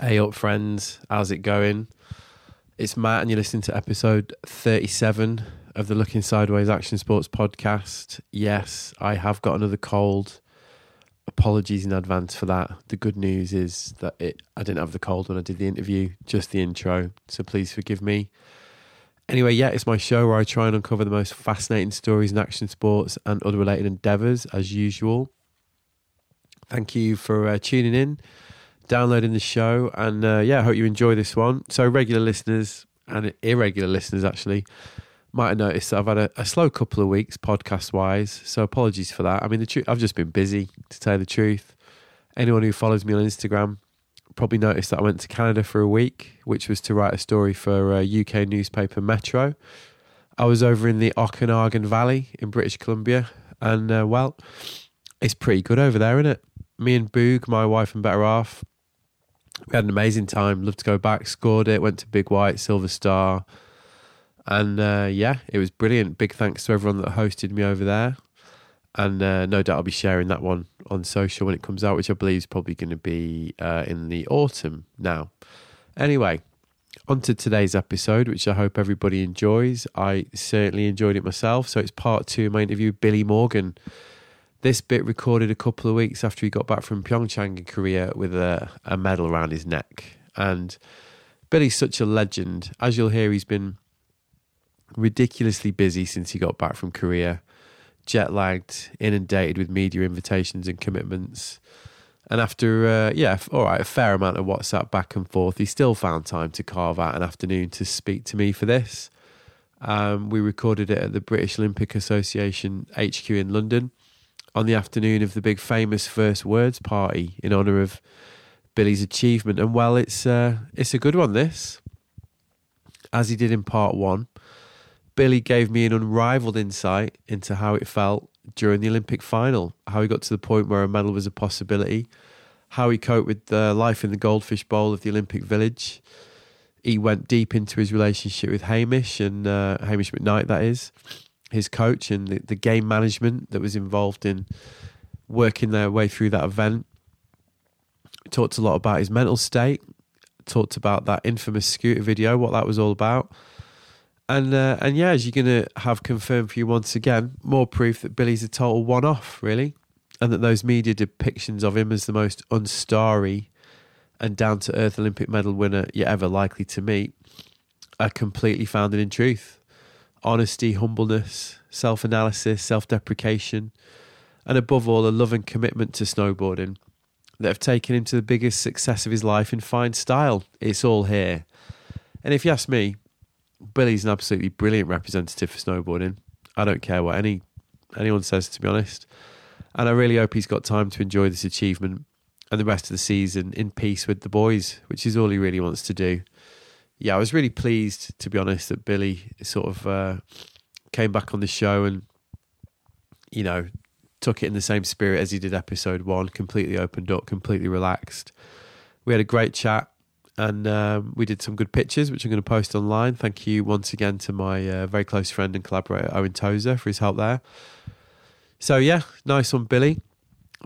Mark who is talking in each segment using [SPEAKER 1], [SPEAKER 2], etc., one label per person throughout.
[SPEAKER 1] Hey up, friends. How's it going? It's Matt, and you're listening to episode 37 of the Looking Sideways Action Sports podcast. Yes, I have got another cold. Apologies in advance for that. The good news is that it I didn't have the cold when I did the interview, just the intro. So please forgive me. Anyway, yeah, it's my show where I try and uncover the most fascinating stories in action sports and other related endeavors, as usual. Thank you for uh, tuning in downloading the show. And uh, yeah, I hope you enjoy this one. So, regular listeners and irregular listeners actually might have noticed that I've had a, a slow couple of weeks podcast wise. So, apologies for that. I mean, the tru- I've just been busy, to tell you the truth. Anyone who follows me on Instagram probably noticed that I went to Canada for a week, which was to write a story for uh, UK newspaper Metro. I was over in the Okanagan Valley in British Columbia. And uh, well, it's pretty good over there, isn't it? Me and Boog, my wife and better half, we had an amazing time. Loved to go back. Scored it. Went to Big White, Silver Star, and uh, yeah, it was brilliant. Big thanks to everyone that hosted me over there, and uh, no doubt I'll be sharing that one on social when it comes out, which I believe is probably going to be uh, in the autumn now. Anyway, on to today's episode, which I hope everybody enjoys. I certainly enjoyed it myself. So it's part two of my interview with Billy Morgan. This bit recorded a couple of weeks after he got back from Pyeongchang in Korea with a, a medal around his neck. And Billy's such a legend. As you'll hear, he's been ridiculously busy since he got back from Korea, jet lagged, inundated with media invitations and commitments. And after, uh, yeah, f- all right, a fair amount of WhatsApp back and forth, he still found time to carve out an afternoon to speak to me for this. Um, we recorded it at the British Olympic Association HQ in London on the afternoon of the big famous first words party in honor of Billy's achievement. And well, it's uh, it's a good one. This, as he did in part one, Billy gave me an unrivaled insight into how it felt during the Olympic final, how he got to the point where a medal was a possibility, how he coped with the life in the goldfish bowl of the Olympic Village. He went deep into his relationship with Hamish and uh, Hamish McKnight, that is his coach and the, the game management that was involved in working their way through that event. Talked a lot about his mental state. Talked about that infamous scooter video, what that was all about. And uh, and yeah, as you're gonna have confirmed for you once again, more proof that Billy's a total one-off, really, and that those media depictions of him as the most unstarry and down-to-earth Olympic medal winner you're ever likely to meet are completely founded in truth honesty, humbleness, self analysis, self deprecation, and above all, a love and commitment to snowboarding that have taken him to the biggest success of his life in fine style. It's all here. And if you ask me, Billy's an absolutely brilliant representative for snowboarding. I don't care what any anyone says, to be honest. And I really hope he's got time to enjoy this achievement and the rest of the season in peace with the boys, which is all he really wants to do yeah, I was really pleased to be honest that Billy sort of uh, came back on the show and you know took it in the same spirit as he did episode one, completely opened up, completely relaxed. We had a great chat and um, we did some good pictures, which I'm going to post online. Thank you once again to my uh, very close friend and collaborator Owen Tozer for his help there. So yeah, nice one, Billy.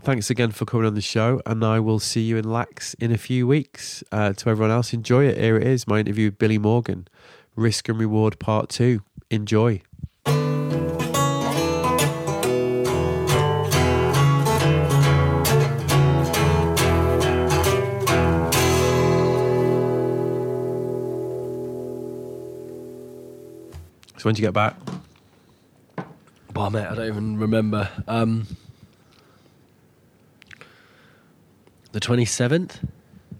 [SPEAKER 1] Thanks again for coming on the show, and I will see you in Lax in a few weeks. Uh, to everyone else, enjoy it. Here it is my interview with Billy Morgan, Risk and Reward Part 2. Enjoy. So, when did you get back?
[SPEAKER 2] Wow, mate, I don't even remember. Um, the 27th?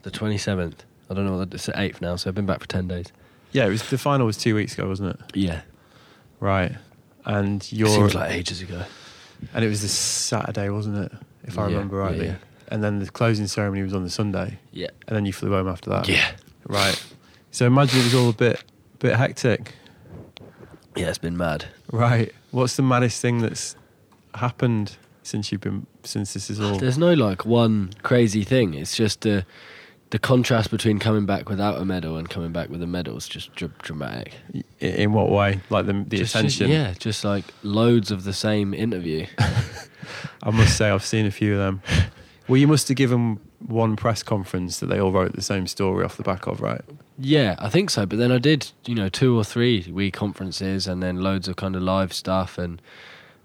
[SPEAKER 2] The 27th. I don't know what the, it's the 8th now, so I've been back for 10 days.
[SPEAKER 1] Yeah, it was the final was two weeks ago, wasn't it?
[SPEAKER 2] Yeah.
[SPEAKER 1] Right. And
[SPEAKER 2] It
[SPEAKER 1] your
[SPEAKER 2] seems like ages ago.
[SPEAKER 1] And it was this Saturday, wasn't it? If I
[SPEAKER 2] Yeah,
[SPEAKER 1] remember
[SPEAKER 2] yeah,
[SPEAKER 1] rightly.
[SPEAKER 2] yeah.
[SPEAKER 1] And then the closing ceremony was on the Sunday,
[SPEAKER 2] Yeah.
[SPEAKER 1] and then you flew home after that.
[SPEAKER 2] Yeah.
[SPEAKER 1] Right. So imagine it was all a bit, bit hectic.
[SPEAKER 2] Yeah, it's been mad.
[SPEAKER 1] Right. What's the maddest thing that's happened since you've been since this is all?
[SPEAKER 2] There's no like one crazy thing. It's just the the contrast between coming back without a medal and coming back with a medal is just dr- dramatic.
[SPEAKER 1] I- In what way? Like the the
[SPEAKER 2] Just-
[SPEAKER 1] attention.
[SPEAKER 2] yeah, just like loads of the same interview.
[SPEAKER 1] I must say, I've seen a few of them. Well, you must have given one press conference that they all wrote the same story off the back of, right?
[SPEAKER 2] Yeah, I think so. But then I did, you know, two or three wee conferences and then loads of kind of live stuff. And,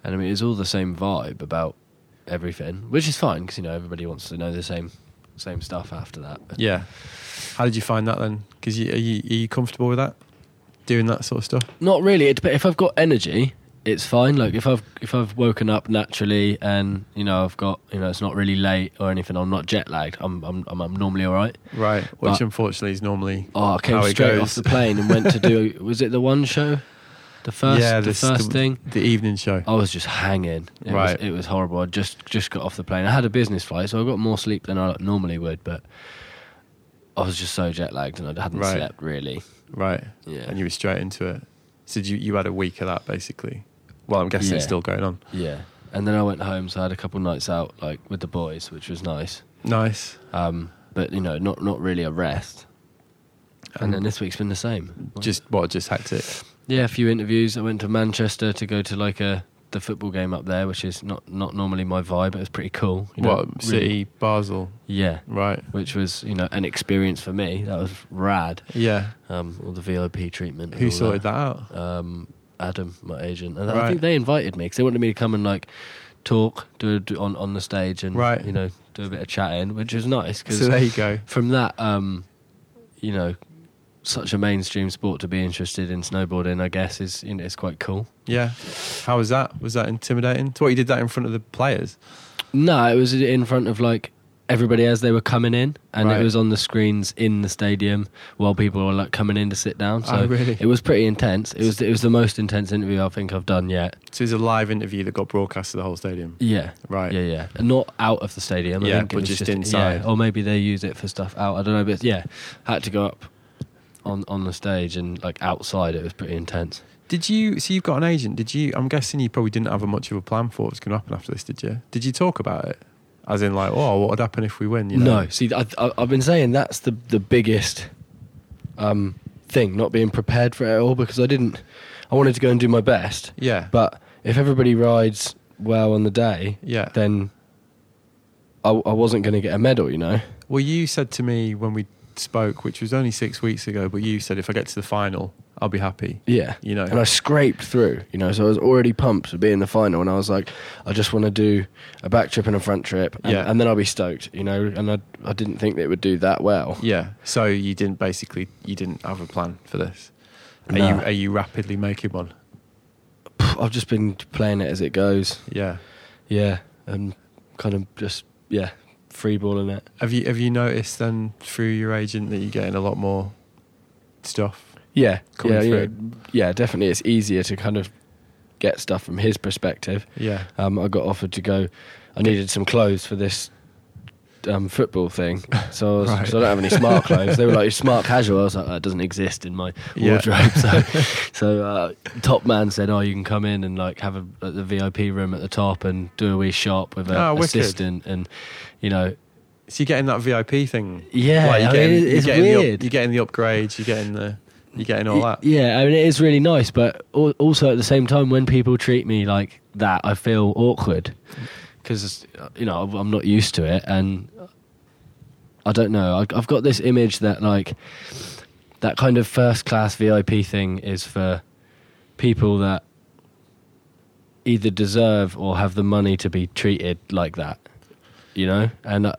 [SPEAKER 2] and I mean, it's all the same vibe about everything, which is fine because, you know, everybody wants to know the same same stuff after that. But
[SPEAKER 1] Yeah. How did you find that then? Because you, are you are you comfortable with that? Doing that sort of stuff?
[SPEAKER 2] Not really. It, dep- if I've got energy, it's fine. Like if I've if I've woken up naturally and you know I've got you know it's not really late or anything. I'm not jet lagged. I'm I'm I'm, I'm normally all right.
[SPEAKER 1] Right. Which
[SPEAKER 2] But-
[SPEAKER 1] unfortunately is normally
[SPEAKER 2] Oh, I came
[SPEAKER 1] How it
[SPEAKER 2] straight
[SPEAKER 1] goes.
[SPEAKER 2] off the plane and went to do. was it the one show? The first,
[SPEAKER 1] yeah
[SPEAKER 2] the
[SPEAKER 1] this-
[SPEAKER 2] first
[SPEAKER 1] the,
[SPEAKER 2] thing. Oh.
[SPEAKER 1] the evening show.
[SPEAKER 2] I was just hanging. It
[SPEAKER 1] Right.
[SPEAKER 2] Was, it was horrible. I just just got off the plane. I had a business flight, so I got more sleep than I normally would. But I was just so jet lagged and I hadn't
[SPEAKER 1] Right.
[SPEAKER 2] slept really.
[SPEAKER 1] Right.
[SPEAKER 2] Yeah.
[SPEAKER 1] And you were straight into it. So you you had a week of that basically. Well, I'm guessing it's
[SPEAKER 2] Yeah.
[SPEAKER 1] still going on.
[SPEAKER 2] Yeah. And then I went home, so I had a couple nights out, like with the boys, which was nice.
[SPEAKER 1] Nice.
[SPEAKER 2] Um, but you know, not not really a rest. And then this week's been the same.
[SPEAKER 1] Um, Just what? Just hectic.
[SPEAKER 2] yeah, a few interviews. I went to Manchester to go to like a the football game up there, which is not not normally my vibe, but it was pretty cool. you know,
[SPEAKER 1] what?
[SPEAKER 2] really-
[SPEAKER 1] City, Basel.
[SPEAKER 2] yeah,
[SPEAKER 1] Right.
[SPEAKER 2] which was you know an experience for me. That was rad.
[SPEAKER 1] Yeah.
[SPEAKER 2] Um, all the VIP treatment. and
[SPEAKER 1] Who
[SPEAKER 2] all
[SPEAKER 1] sorted that out?
[SPEAKER 2] um, Adam, my agent, and
[SPEAKER 1] Right.
[SPEAKER 2] I think they invited me because they wanted me to come and like talk, do, do on on the stage, and
[SPEAKER 1] Right.
[SPEAKER 2] you know do a bit of chatting, which is nice because
[SPEAKER 1] So there you go.
[SPEAKER 2] from that, um, you know, such a mainstream sport to be interested in snowboarding, I guess is you know, is quite cool.
[SPEAKER 1] Yeah. How was that? Was that intimidating? So what you did that in front of the players?
[SPEAKER 2] No, it was in front of like everybody as they were coming in, and
[SPEAKER 1] Right.
[SPEAKER 2] it was on the screens in the stadium while people were like coming in to sit down. So
[SPEAKER 1] Oh, really?
[SPEAKER 2] it was pretty intense. It was it was the most intense interview I think I've done yet.
[SPEAKER 1] So it was a live interview that got broadcast to the whole stadium.
[SPEAKER 2] Yeah.
[SPEAKER 1] Right.
[SPEAKER 2] Yeah, yeah. And Not out of the stadium. I
[SPEAKER 1] Yeah,
[SPEAKER 2] think it
[SPEAKER 1] but
[SPEAKER 2] was
[SPEAKER 1] just inside.
[SPEAKER 2] yeah, or maybe they use it for stuff out. I don't know. But yeah, had to go up on on the stage and like outside. It was pretty intense.
[SPEAKER 1] Did you? So you've got an agent. Did you? I'm guessing you probably didn't have a much of a plan for what was going to happen after this, did you? Did you talk about it? As in, like, oh, what would happen if we win? You know?
[SPEAKER 2] No, see, I, I, I've been saying that's the the biggest um, thing, not being prepared for it at all because I didn't. I wanted to go and do my best,
[SPEAKER 1] Yeah.
[SPEAKER 2] but if everybody rides well on the day,
[SPEAKER 1] yeah.
[SPEAKER 2] then I, I wasn't going to get a medal, you know.
[SPEAKER 1] Well, you said to me when we spoke, which was only six weeks ago, but you said if I get to the final, I'll be happy.
[SPEAKER 2] Yeah.
[SPEAKER 1] You know.
[SPEAKER 2] And I scraped through, you know, so I was already pumped to be in the final. And I was like, I just want to do a back trip and a front trip. And,
[SPEAKER 1] Yeah.
[SPEAKER 2] and then I'll be stoked, you know. And I, I didn't think that it would do that well.
[SPEAKER 1] Yeah. So you didn't basically you didn't have a plan for this. Are
[SPEAKER 2] No.
[SPEAKER 1] you are you rapidly making one?
[SPEAKER 2] I've just been playing it as it goes.
[SPEAKER 1] Yeah.
[SPEAKER 2] Yeah. And kind of just, yeah, freeballing it.
[SPEAKER 1] Have you have you noticed then through your agent that you're getting a lot more stuff?
[SPEAKER 2] Yeah.
[SPEAKER 1] Coming
[SPEAKER 2] yeah, you
[SPEAKER 1] through.
[SPEAKER 2] know, yeah, definitely. It's easier to kind of get stuff from his perspective.
[SPEAKER 1] Yeah.
[SPEAKER 2] um, I got offered to go. I needed some clothes for this um, football thing, so I, was,
[SPEAKER 1] Right.
[SPEAKER 2] 'cause I don't have any smart clothes. They were like smart casual. I was like, that doesn't exist in my
[SPEAKER 1] Yeah.
[SPEAKER 2] wardrobe. So, so uh, top man said, oh, you can come in and like have a, at the VIP room at the top and do a wee shop with an
[SPEAKER 1] Oh, wicked.
[SPEAKER 2] assistant, and you know,
[SPEAKER 1] So you're getting that VIP thing.
[SPEAKER 2] yeah,
[SPEAKER 1] Like, you're
[SPEAKER 2] I mean,
[SPEAKER 1] getting,
[SPEAKER 2] it-
[SPEAKER 1] you're
[SPEAKER 2] it's
[SPEAKER 1] getting the up-
[SPEAKER 2] weird.
[SPEAKER 1] you're getting the upgrades. You're getting the you're getting all that.
[SPEAKER 2] Yeah, I mean it is really nice, but al- also at the same time, when people treat me like that, I feel awkward because you know I'm not used to it, and I don't know. I- I've got this image that like that kind of first class VIP thing is for people that either deserve or have the money to be treated like that, you know, and. I,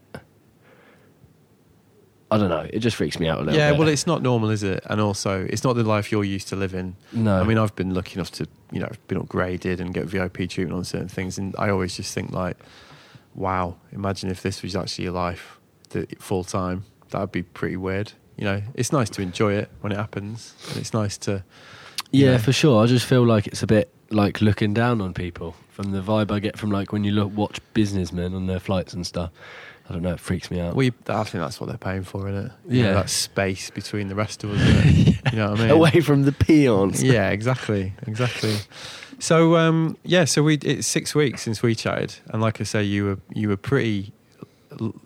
[SPEAKER 2] I don't know. It just freaks me out a little
[SPEAKER 1] Yeah,
[SPEAKER 2] bit.
[SPEAKER 1] well, it's not normal, is it? And also, it's not the life you're used to living.
[SPEAKER 2] no.
[SPEAKER 1] I mean, I've been lucky enough to, you know, I've been upgraded and get VIP treatment on certain things, and I always just think like, wow, imagine if this was actually your life that full time. That'd be pretty weird. You know, it's nice to enjoy it when it happens, and it's nice to, you
[SPEAKER 2] Yeah,
[SPEAKER 1] know?
[SPEAKER 2] for sure. I just feel like it's a bit like looking down on people from the vibe I get from like when you look watch businessmen on their flights and stuff. I don't know, it freaks me out.
[SPEAKER 1] well, you, I think that's what they're paying for, isn't it?
[SPEAKER 2] Yeah.
[SPEAKER 1] that space between the rest of us. Isn't it? You know what I mean?
[SPEAKER 2] Away from the peons.
[SPEAKER 1] yeah, exactly, exactly. So um, yeah, so we it's six weeks since we chatted, and like I say, you were you were pretty.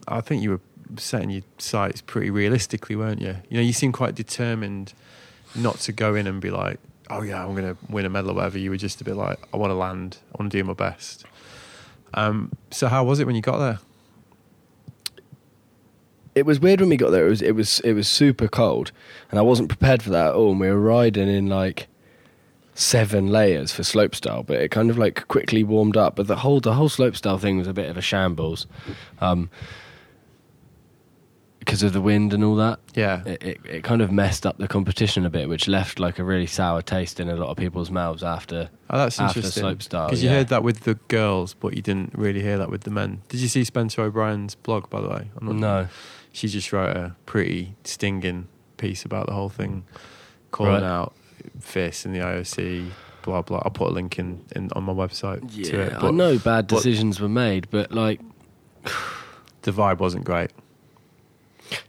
[SPEAKER 1] I think you were setting your sights pretty realistically, weren't you? You know, you seemed quite determined not to go in and be like, "Oh yeah, I'm going to win a medal or whatever." You were just a bit like, "I want to land. I want to do my best." Um, so how was it when you got there?
[SPEAKER 2] it was weird when we got there. It was it was it was super cold, and I wasn't prepared for that at all. And we were riding in like seven layers for slopestyle, but it kind of like quickly warmed up. But the whole the whole slopestyle thing was a bit of a shambles, um, because of the wind and all that.
[SPEAKER 1] Yeah.
[SPEAKER 2] It, it it kind of messed up the competition a bit, which left like a really sour taste in a lot of people's mouths after.
[SPEAKER 1] Oh, that's
[SPEAKER 2] After
[SPEAKER 1] interesting.
[SPEAKER 2] slopestyle,
[SPEAKER 1] Because you
[SPEAKER 2] yeah.
[SPEAKER 1] heard that with the girls, but you didn't really hear that with the men. Did you see Spencer O'Brien's blog, by the way? I'm
[SPEAKER 2] No,
[SPEAKER 1] She just wrote a pretty stinging piece about the whole thing, calling
[SPEAKER 2] Mm. Right.
[SPEAKER 1] out FIS and the IOC, blah, blah. I'll put a link in, in on my website to it.
[SPEAKER 2] yeah, I
[SPEAKER 1] But
[SPEAKER 2] know bad
[SPEAKER 1] but-
[SPEAKER 2] decisions were made, but like
[SPEAKER 1] the vibe wasn't great.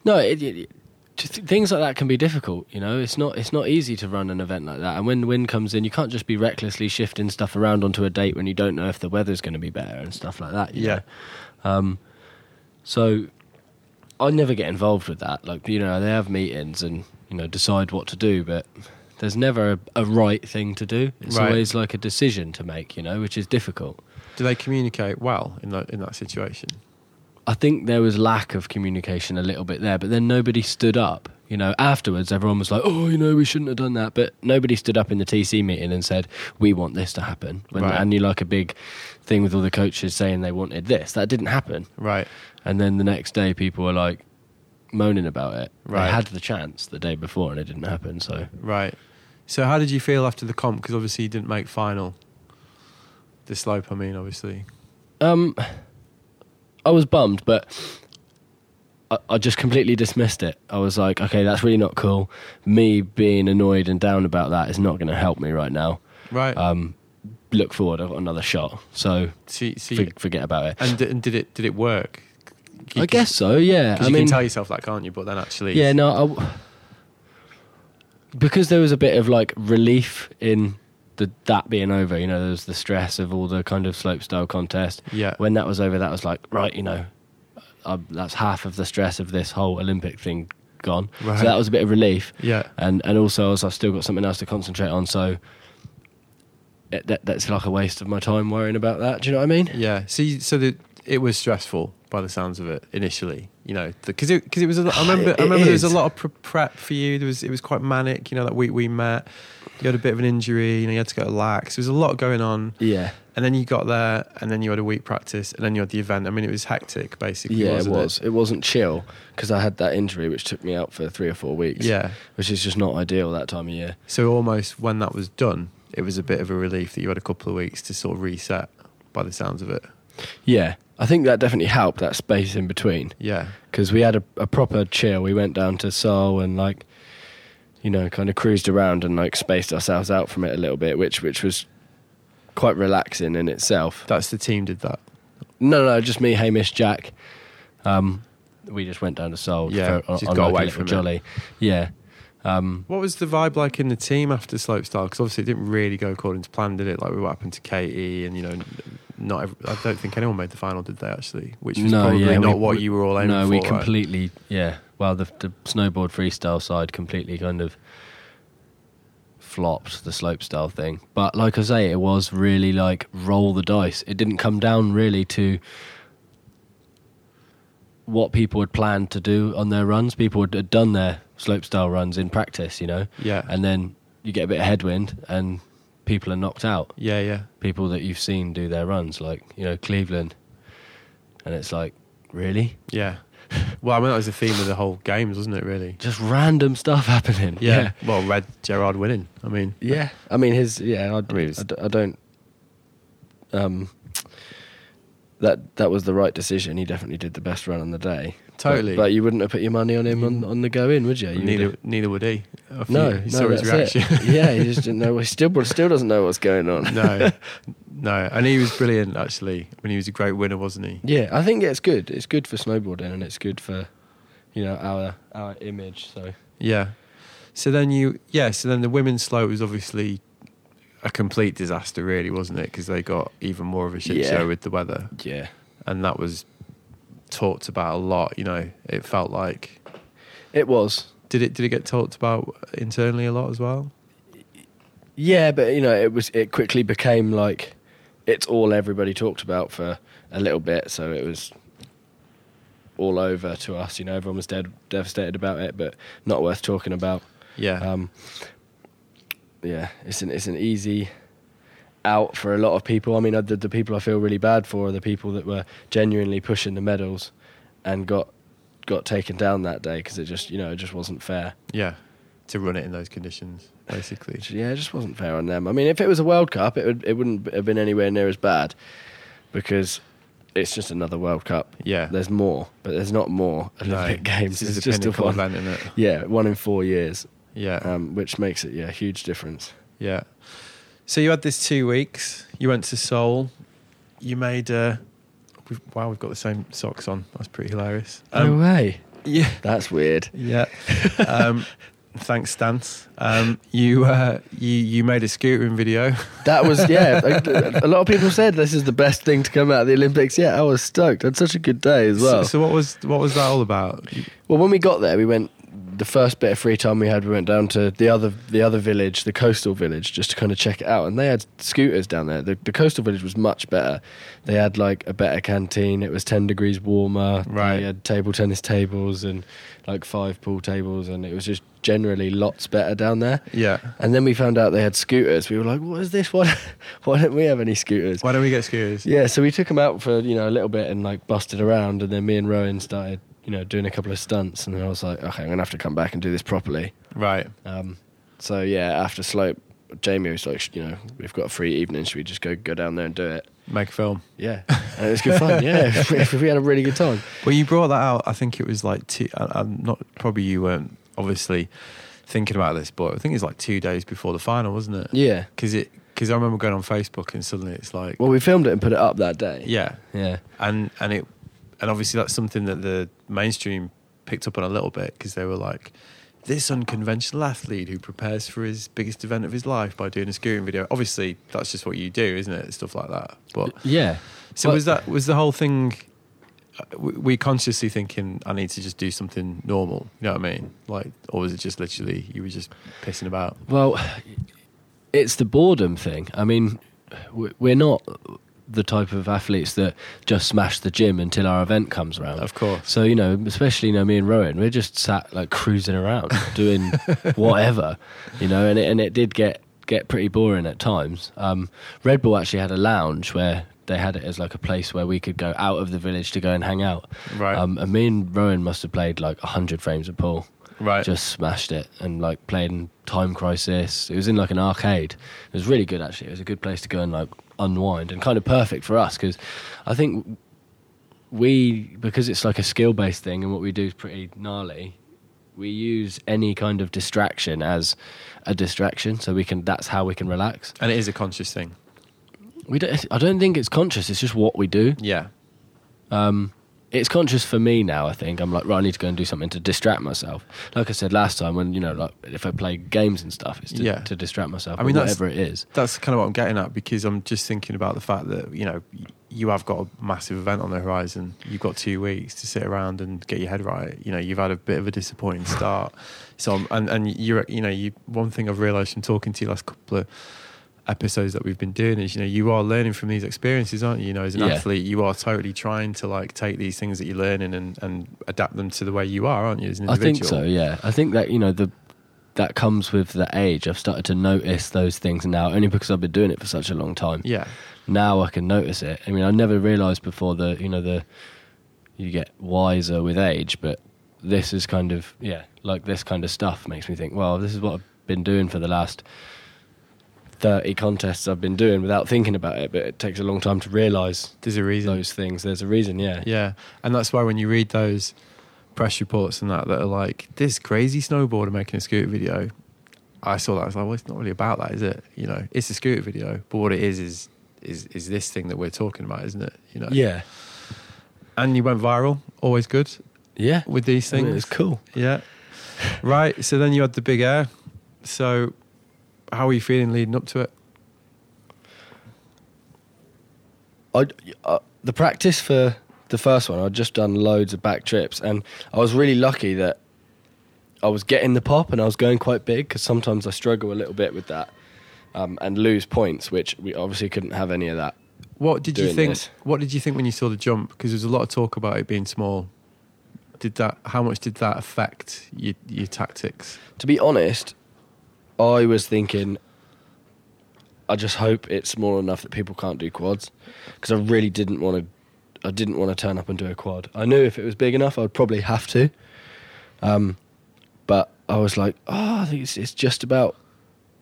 [SPEAKER 2] No, it, it, it- just th- things like that can be difficult. You know, it's not it's not easy to run an event like that. And when the wind comes in, you can't just be recklessly shifting stuff around onto a date when you don't know if the weather's going to be better and stuff like that. you
[SPEAKER 1] Yeah.
[SPEAKER 2] know? Um, so I never get involved with that. Like you know, they have meetings and you know decide what to do, but there's never a, a right thing to do. It's
[SPEAKER 1] Right.
[SPEAKER 2] always like a decision to make. You know, which is difficult.
[SPEAKER 1] Do they communicate well in that in that situation?
[SPEAKER 2] I think there was lack of communication a little bit there, but then nobody stood up. You know, afterwards, everyone was like, "Oh, you know, we shouldn't have done that," but nobody stood up in the TC meeting and said, "We want this to happen." When
[SPEAKER 1] Right.
[SPEAKER 2] and you like a big thing with all the coaches saying they wanted this, that didn't happen.
[SPEAKER 1] Right.
[SPEAKER 2] And then the next day, people were like moaning about it.
[SPEAKER 1] Right.
[SPEAKER 2] They had the chance the day before, and it didn't happen. So
[SPEAKER 1] Right. So how did you feel after the comp? Because obviously you didn't make final. The slope, I mean, obviously.
[SPEAKER 2] Um, I was bummed, but I, I just completely dismissed it. I was like, okay, that's really not cool. Me being annoyed and down about that is not going to help me right now.
[SPEAKER 1] Right.
[SPEAKER 2] Um, look forward, I've got another shot, so
[SPEAKER 1] see, see,
[SPEAKER 2] for, forget about it.
[SPEAKER 1] and, d- and did it did it work? You
[SPEAKER 2] I
[SPEAKER 1] can-
[SPEAKER 2] guess so. Yeah,
[SPEAKER 1] 'cause
[SPEAKER 2] I
[SPEAKER 1] you
[SPEAKER 2] mean,
[SPEAKER 1] can tell yourself that, can't you? But then actually,
[SPEAKER 2] yeah, no, I w because there was a bit of like relief in the that being over. You know, there was the stress of all the kind of slopestyle contest.
[SPEAKER 1] yeah,
[SPEAKER 2] when that was over, that was like, right, you know, uh, that's half of the stress of this whole Olympic thing gone.
[SPEAKER 1] Right.
[SPEAKER 2] So that was a bit of relief,
[SPEAKER 1] yeah,
[SPEAKER 2] and and also as I've still got something else to concentrate on, so it, that that's like a waste of my time worrying about that. Do you know what I mean?
[SPEAKER 1] yeah. See, so the, it was stressful by the sounds of it initially. You know, because it because it was. A, lot- I remember.
[SPEAKER 2] Ah, It
[SPEAKER 1] I remember there was a
[SPEAKER 2] is.
[SPEAKER 1] lot of pre- prep for you. There was it was quite manic. You know, that week we met, you had a bit of an injury. You know, you had to go to lax. There was a lot going on.
[SPEAKER 2] Yeah,
[SPEAKER 1] And then you got there, and then you had a week practice, and then you had the event. I mean, it was hectic, basically.
[SPEAKER 2] yeah, it
[SPEAKER 1] wasn't
[SPEAKER 2] was. It wasn't chill because I had that injury which took me out for three or four weeks.
[SPEAKER 1] Yeah.
[SPEAKER 2] which is just not ideal that time of year.
[SPEAKER 1] So almost when that was done, it was a bit of a relief that you had a couple of weeks to sort of reset. By the sounds of it,
[SPEAKER 2] Yeah, I think that definitely helped that space in between.
[SPEAKER 1] yeah,
[SPEAKER 2] because we had a, a proper chill. We went down to Seoul and like, you know, kind of cruised around and like spaced ourselves out from it a little bit, which which was quite relaxing in itself.
[SPEAKER 1] that's the team did that.
[SPEAKER 2] No, no, just me, Hamish, Jack. Um, we just went down to Seoul.
[SPEAKER 1] Yeah,
[SPEAKER 2] for, on,
[SPEAKER 1] just
[SPEAKER 2] on,
[SPEAKER 1] got
[SPEAKER 2] like, a
[SPEAKER 1] away
[SPEAKER 2] little
[SPEAKER 1] from it.
[SPEAKER 2] jolly. Yeah, um,
[SPEAKER 1] What was the vibe like in the team after slopestyle? Because obviously it didn't really go according to plan, did it? Like what happened to Katie, and you know, not ev I don't think anyone made the final, did they? Actually, which was
[SPEAKER 2] no,
[SPEAKER 1] probably
[SPEAKER 2] yeah,
[SPEAKER 1] not
[SPEAKER 2] we-
[SPEAKER 1] what
[SPEAKER 2] we-
[SPEAKER 1] you were all aiming
[SPEAKER 2] no,
[SPEAKER 1] for.
[SPEAKER 2] we
[SPEAKER 1] right?
[SPEAKER 2] completely, yeah. Well, the, the snowboard freestyle side completely kind of flopped the slopestyle thing. But like I say, it was really like roll the dice. It didn't come down really to what people had planned to do on their runs. People had, had done their slopestyle runs in practice, you know,
[SPEAKER 1] yeah,
[SPEAKER 2] and then you get a bit of headwind and people are knocked out
[SPEAKER 1] yeah, yeah,
[SPEAKER 2] people that you've seen do their runs, like you know Cleveland, and it's like really
[SPEAKER 1] yeah. Well, I mean that was the theme of the whole games, wasn't it? Really.
[SPEAKER 2] just random stuff happening.
[SPEAKER 1] Yeah. Well, Red Gerard winning. I mean,
[SPEAKER 2] yeah. I mean, his yeah. I,
[SPEAKER 1] I mean, it's-
[SPEAKER 2] I d- I don't. Um, that that was the right decision. He definitely did the best run on the day. But-
[SPEAKER 1] Totally.
[SPEAKER 2] but, you wouldn't have put your money on him on, on the go in, would you? You would
[SPEAKER 1] neither
[SPEAKER 2] have-
[SPEAKER 1] neither would he. If
[SPEAKER 2] no,
[SPEAKER 1] you- you
[SPEAKER 2] no,
[SPEAKER 1] saw his
[SPEAKER 2] that's
[SPEAKER 1] reaction.
[SPEAKER 2] it. yeah, he just didn't know. He still still doesn't know what's going on.
[SPEAKER 1] no, no, and he was brilliant actually. When he was a great winner, wasn't he?
[SPEAKER 2] Yeah, I think it's good. It's good for snowboarding and it's good for you know our our image. So
[SPEAKER 1] Yeah. So then you, yeah. So then the women's slope was obviously a complete disaster, really, wasn't it? Because they got even more of a shit
[SPEAKER 2] Yeah.
[SPEAKER 1] show with the weather,
[SPEAKER 2] yeah,
[SPEAKER 1] and that was talked about a lot. You know, it felt like
[SPEAKER 2] it was.
[SPEAKER 1] did it did it get talked about internally a lot as well?
[SPEAKER 2] Yeah, but you know, it was. It quickly became like it's all everybody talked about for a little bit. So it was all over to us. You know, everyone was dead, devastated about it, but not worth talking about.
[SPEAKER 1] Yeah.
[SPEAKER 2] Um, yeah, it's an it's an easy out for a lot of people. I mean, uh, the, the people I feel really bad for are the people that were genuinely pushing the medals and got got taken down that day because it just you know it just wasn't fair.
[SPEAKER 1] yeah. To run it in those conditions, basically.
[SPEAKER 2] Which, yeah, it just wasn't fair on them. I mean, if it was a World Cup, it would it wouldn't have been anywhere near as bad because it's just another World Cup.
[SPEAKER 1] Yeah.
[SPEAKER 2] There's more, but there's not more Olympic games.
[SPEAKER 1] This is
[SPEAKER 2] It's
[SPEAKER 1] the
[SPEAKER 2] just a
[SPEAKER 1] pinnacle
[SPEAKER 2] one.
[SPEAKER 1] event, isn't it?
[SPEAKER 2] Yeah, one in four years,
[SPEAKER 1] Yeah.
[SPEAKER 2] um, which makes it yeah a huge difference.
[SPEAKER 1] Yeah. So you had this two weeks. You went to Seoul. You made. Uh, we've, wow, we've got the same socks on. That's pretty hilarious.
[SPEAKER 2] no
[SPEAKER 1] Um,
[SPEAKER 2] way.
[SPEAKER 1] yeah.
[SPEAKER 2] That's weird.
[SPEAKER 1] Yeah. Um, thanks, Stance. Um, you uh, you you made a scootering video.
[SPEAKER 2] That was yeah. a, a lot of people said this is the best thing to come out of the Olympics. Yeah, I was stoked. I had such a good day as well.
[SPEAKER 1] So, so what was what was that all about?
[SPEAKER 2] well, when we got there, we went. The first bit of free time we had, we went down to the other the other village, the coastal village, just to kind of check it out. And they had scooters down there. The, the coastal village was much better. They had like a better canteen. It was ten degrees warmer.
[SPEAKER 1] Right.
[SPEAKER 2] They had table tennis tables and like five pool tables, and it was just generally lots better down there.
[SPEAKER 1] Yeah.
[SPEAKER 2] And then we found out they had scooters. We were like, "What is this? Why, why don't we have any scooters?"
[SPEAKER 1] Why don't we get scooters?
[SPEAKER 2] Yeah, so we took him out for you know a little bit and like busted around, and then me and Rowan started you know doing a couple of stunts, and then I was like, okay, I'm gonna have to come back and do this properly.
[SPEAKER 1] Right.
[SPEAKER 2] Um, so yeah, after slope, Jamie was like, "Sh- you know, we've got a free evening, should we just go go down there and do it?
[SPEAKER 1] Make a film.
[SPEAKER 2] Yeah, and it was good fun. Yeah, we, we had a really good time.
[SPEAKER 1] Well, you brought that out. I think it was like two. I, I'm not probably you weren't obviously thinking about this, but I think it's like two days before the final, wasn't it?
[SPEAKER 2] Yeah.
[SPEAKER 1] Because it because I remember going on Facebook and suddenly it's like
[SPEAKER 2] Well, we filmed it and put it up that day.
[SPEAKER 1] yeah,
[SPEAKER 2] Yeah.
[SPEAKER 1] and and it and obviously that's something that the mainstream picked up on a little bit because they were like this unconventional athlete who prepares for his biggest event of his life by doing a skiing video. Obviously, that's just what you do, isn't it? Stuff like that. But
[SPEAKER 2] Yeah.
[SPEAKER 1] so
[SPEAKER 2] But-
[SPEAKER 1] was that was the whole thing? uh, w- Were you consciously thinking I need to just do something normal? You know what I mean? Like, or was it just literally you were just pissing about?
[SPEAKER 2] Well, it's the boredom thing. I mean, we- we're not the type of athletes that just smash the gym until our event comes around.
[SPEAKER 1] Of course.
[SPEAKER 2] So you know, especially you know me and Rowan, we're just sat like cruising around doing whatever, you know, and it, and it did get get pretty boring at times. Um, Red Bull actually had a lounge where they had it as like a place where we could go out of the village to go and hang out.
[SPEAKER 1] Right.
[SPEAKER 2] Um, and me and Rowan must have played like hundred frames of pool
[SPEAKER 1] Right.
[SPEAKER 2] just smashed it and like played in Time Crisis. It was in like an arcade. It was really good actually. It was a good place to go and like unwind and kind of perfect for us because I think we because it's like a skill based thing and what we do is pretty gnarly. We use any kind of distraction as a distraction, so we can. That's how we can relax.
[SPEAKER 1] and it is a conscious thing.
[SPEAKER 2] We don't. I don't think it's conscious. It's just what we do.
[SPEAKER 1] Yeah.
[SPEAKER 2] Um, it's conscious for me now. I think I'm like, right, I need to go and do something to distract myself. Like I said last time, when you know, like if I play games and stuff, it's to,
[SPEAKER 1] Yeah.
[SPEAKER 2] to distract myself.
[SPEAKER 1] I
[SPEAKER 2] I
[SPEAKER 1] mean,
[SPEAKER 2] mean,
[SPEAKER 1] that's-
[SPEAKER 2] whatever it is.
[SPEAKER 1] That's kind of what I'm getting at because I'm just thinking about the fact that you know y- you have got a massive event on the horizon. You've got two weeks to sit around and get your head right. You know you've had a bit of a disappointing start. So I'm, and and you're you know you one thing I've realised from talking to you last couple of episodes that we've been doing is you know you are learning from these experiences, aren't you? You know as an
[SPEAKER 2] Yeah.
[SPEAKER 1] athlete you are totally trying to like take these things that you're learning and and adapt them to the way you are, aren't you? As an
[SPEAKER 2] I
[SPEAKER 1] individual,
[SPEAKER 2] think so. Yeah, I think that you know the that comes with the age. I've started to notice those things now, only because I've been doing it for such a long time.
[SPEAKER 1] Yeah.
[SPEAKER 2] now I can notice it. I mean, I never realised before the you know the you get wiser with age, but this is kind of yeah, like this kind of stuff makes me think. Well, this is what I've been doing for the last thirty contests I've been doing without thinking about it, but it takes a long time to realise
[SPEAKER 1] There's a reason.
[SPEAKER 2] those things. There's a reason, yeah.
[SPEAKER 1] Yeah, and that's why when you read those press reports and that that are like this crazy snowboarder making a scooter video, I saw that I was like, well, it's not really about that, is it? You know, it's a scooter video, but what it is is is is this thing that we're talking about, isn't it? You know,
[SPEAKER 2] yeah,
[SPEAKER 1] And you went viral, always good
[SPEAKER 2] yeah.
[SPEAKER 1] with these
[SPEAKER 2] I mean,
[SPEAKER 1] things.
[SPEAKER 2] it's cool.
[SPEAKER 1] Yeah, right. So then you had the big air. So how are you feeling leading up to it?
[SPEAKER 2] I, uh, the practice for the first one, I'd just done loads of back trips, and I was really lucky that I was getting the pop and I was going quite big because sometimes I struggle a little bit with that um, and lose points, which we obviously couldn't have any of that.
[SPEAKER 1] What did you
[SPEAKER 2] Doing
[SPEAKER 1] think?
[SPEAKER 2] this.
[SPEAKER 1] What did you think when you saw the jump? Because there was a lot of talk about it being small. did that? How much did that affect your your tactics?
[SPEAKER 2] To be honest, I was thinking, I just hope it's small enough that people can't do quads, because I really didn't want to. I didn't want to turn up and do a quad. I knew if it was big enough, I'd probably have to. Um, but I was like, oh, I think it's, it's just about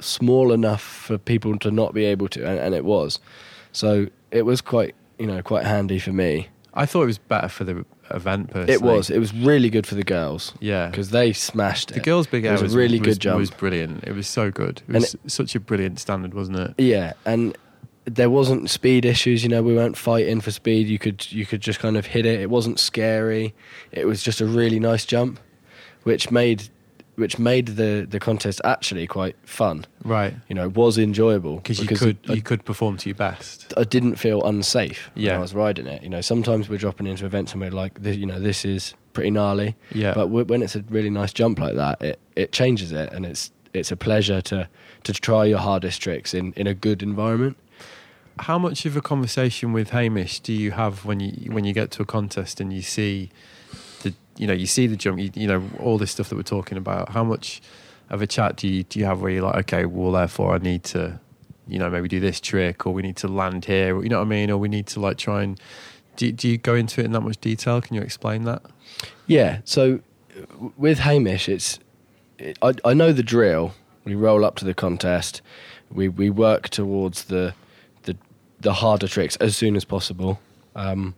[SPEAKER 2] small enough for people to not be able to, and, and it was. So it was quite, you know, quite handy for me.
[SPEAKER 1] I thought it was better for the event person.
[SPEAKER 2] It was. It was really good for the girls
[SPEAKER 1] yeah.
[SPEAKER 2] because they smashed it.
[SPEAKER 1] The girls' big
[SPEAKER 2] It
[SPEAKER 1] air
[SPEAKER 2] was
[SPEAKER 1] was,
[SPEAKER 2] a really
[SPEAKER 1] was-
[SPEAKER 2] good jump.
[SPEAKER 1] Was brilliant. It was so good. It
[SPEAKER 2] And
[SPEAKER 1] was such a brilliant standard, wasn't it?
[SPEAKER 2] Yeah, and there wasn't speed issues. You know, we weren't fighting for speed. You could you could just kind of hit it. It wasn't scary. It was just a really nice jump, which made which made the the contest actually quite fun.
[SPEAKER 1] Right,
[SPEAKER 2] You know, it was enjoyable
[SPEAKER 1] because you could
[SPEAKER 2] I,
[SPEAKER 1] you could perform to your best.
[SPEAKER 2] I didn't feel unsafe when
[SPEAKER 1] Yeah.
[SPEAKER 2] I was riding it. You know, sometimes we're dropping into events and we're like, th- you know, this is pretty gnarly.
[SPEAKER 1] Yeah,
[SPEAKER 2] But w- when it's a really nice jump like that, it, it changes it, and it's it's a pleasure to to try your hardest tricks in, in a good environment.
[SPEAKER 1] how much of a conversation with Hamish do you have when you when you get to a contest and you see the you know you see the jump you, you know all this stuff that we're talking about how much of a chat do you do you have where you're like okay well therefore I need to you know maybe do this trick or we need to land here you know what I mean or we need to like try and do, do you go into it in that much detail can you explain that
[SPEAKER 2] Yeah. So w- with Hamish, it's it, I I know the drill. We roll up to the contest. We we work towards the the the harder tricks as soon as possible. Um,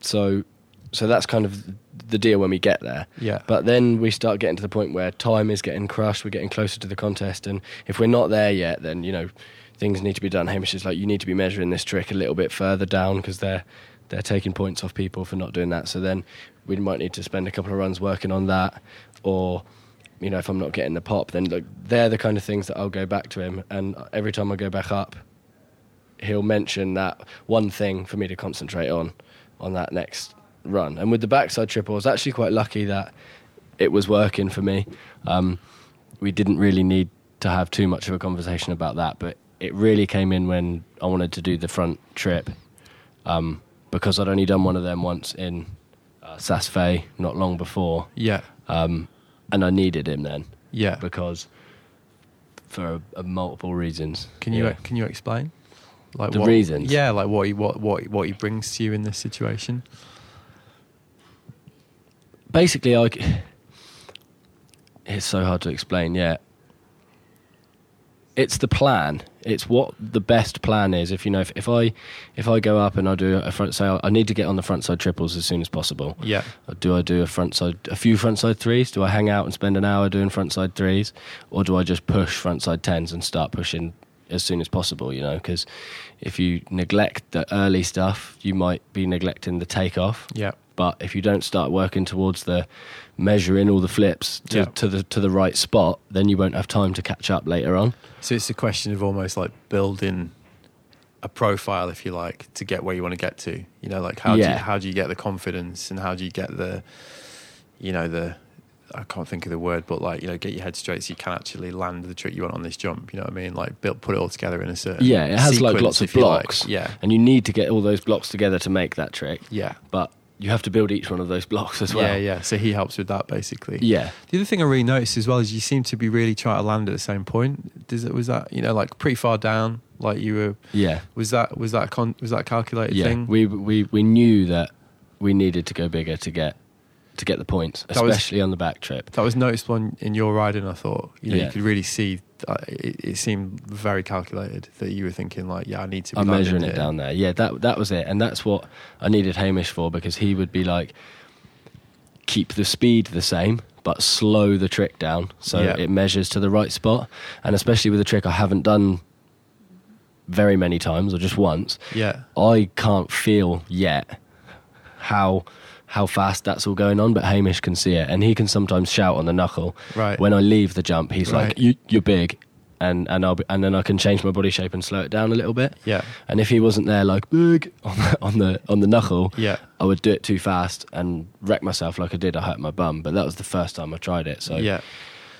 [SPEAKER 2] so so that's kind of the deal when we get there.
[SPEAKER 1] yeah
[SPEAKER 2] But then we start getting to the point where time is getting crushed. We're getting closer to the contest, and if we're not there yet, then you know things need to be done. Hamish is like, you need to be measuring this trick a little bit further down because they're they're taking points off people for not doing that. So then we might need to spend a couple of runs working on that, or you know if I'm not getting the pop, then like they're the kind of things that I'll go back to him. And every time I go back up, he'll mention that one thing for me to concentrate on on that next run. And with the backside triple, I was actually quite lucky that it was working for me. Um, we didn't really need to have too much of a conversation about that, but it really came in when I wanted to do the front trip um, because I'd only done one of them once in uh, Sasfe not long before,
[SPEAKER 1] yeah
[SPEAKER 2] um, and I needed him then
[SPEAKER 1] yeah
[SPEAKER 2] because for uh, multiple reasons.
[SPEAKER 1] can you
[SPEAKER 2] Yeah.
[SPEAKER 1] can you explain like
[SPEAKER 2] The
[SPEAKER 1] what,
[SPEAKER 2] reasons?
[SPEAKER 1] yeah like what he what what what he brings to you in this situation
[SPEAKER 2] basically I c it's so hard to explain yeah it's the plan it's what the best plan is if you know if, if i if i go up and i do a front side i need to get on the front side triples as soon as possible
[SPEAKER 1] yeah
[SPEAKER 2] do i do a front side a few front side threes do i hang out and spend an hour doing front side threes or do i just push front side tens and start pushing as soon as possible you know because if you neglect the early stuff you might be neglecting the takeoff
[SPEAKER 1] yeah
[SPEAKER 2] but if you don't start working towards the measuring all the flips to,
[SPEAKER 1] Yeah.
[SPEAKER 2] to the to the right spot, then you won't have time to catch up later on.
[SPEAKER 1] So it's a question of almost like building a profile, if you like, to get where you want to get to. You know, like how do
[SPEAKER 2] Yeah.
[SPEAKER 1] you, how do you get the confidence and how do you get the, you know, the I can't think of the word, but like you know, get your head straight so you can actually land the trick you want on this jump. You know what I mean? Like build, put it all together in a certain
[SPEAKER 2] Yeah, it has like
[SPEAKER 1] sequence,
[SPEAKER 2] lots of
[SPEAKER 1] if you like.
[SPEAKER 2] blocks.
[SPEAKER 1] Yeah,
[SPEAKER 2] And you need to get all those blocks together to make that trick.
[SPEAKER 1] yeah,
[SPEAKER 2] But you have to build each one of those blocks as well.
[SPEAKER 1] yeah, yeah. So he helps with that basically.
[SPEAKER 2] Yeah.
[SPEAKER 1] The other thing I really noticed as well is you seem to be really trying to land at the same point. Does it was that you know like pretty far down? Like you were
[SPEAKER 2] Yeah.
[SPEAKER 1] was that was that con, was that a calculated
[SPEAKER 2] Yeah.
[SPEAKER 1] thing?
[SPEAKER 2] We we we knew that we needed to go bigger to get to get the points,
[SPEAKER 1] That was-
[SPEAKER 2] especially on the back trip.
[SPEAKER 1] That was noticeable in, in your riding. I thought you know
[SPEAKER 2] Yeah.
[SPEAKER 1] you could really see. Uh, it, it seemed very calculated that you were thinking like, yeah, I need to. Be
[SPEAKER 2] I'm
[SPEAKER 1] landing
[SPEAKER 2] measuring it
[SPEAKER 1] here.
[SPEAKER 2] down there. Yeah, that that was it, and that's what I needed Hamish for because he would be like, keep the speed the same, but slow the trick down so
[SPEAKER 1] Yeah.
[SPEAKER 2] it measures to the right spot. And especially with a trick I haven't done very many times or just once,
[SPEAKER 1] Yeah,
[SPEAKER 2] I can't feel yet how how fast that's all going on. But Hamish can see it, and he can sometimes shout on the knuckle
[SPEAKER 1] right.
[SPEAKER 2] when I leave the jump. He's like,
[SPEAKER 1] Right.
[SPEAKER 2] you, "You're big." And and I'll be, and then I can change my body shape and slow it down a little bit.
[SPEAKER 1] yeah,
[SPEAKER 2] And if he wasn't there, like big on the on the on the knuckle,
[SPEAKER 1] yeah,
[SPEAKER 2] I would do it too fast and wreck myself like I did. I hurt my bum, but that was the first time I tried it. So yeah,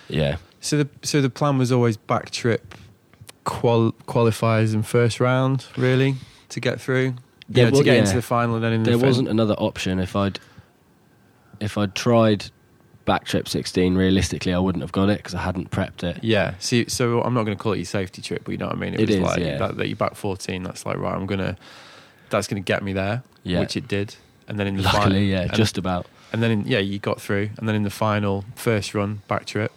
[SPEAKER 1] yeah. So the so the plan was always back trip, qual- qualifiers and first round really to get through.
[SPEAKER 2] There
[SPEAKER 1] Yeah,
[SPEAKER 2] wa-
[SPEAKER 1] to get
[SPEAKER 2] yeah.
[SPEAKER 1] into the final and then in the
[SPEAKER 2] there
[SPEAKER 1] fin-
[SPEAKER 2] wasn't another option if I'd if I'd tried backtrip 16, realistically, I wouldn't have got it because I hadn't prepped it.
[SPEAKER 1] Yeah. See, so I'm not going to call it your safety trip, but you know what I mean.
[SPEAKER 2] It
[SPEAKER 1] was
[SPEAKER 2] is,
[SPEAKER 1] like
[SPEAKER 2] yeah.
[SPEAKER 1] that, that you back 14. That's like right. I'm gonna. That's going to get me there,
[SPEAKER 2] Yeah.
[SPEAKER 1] which it did. And then in the final,
[SPEAKER 2] Luckily, yeah,
[SPEAKER 1] and,
[SPEAKER 2] just about.
[SPEAKER 1] and then in, yeah, you got through. And then in the final, first run back trip,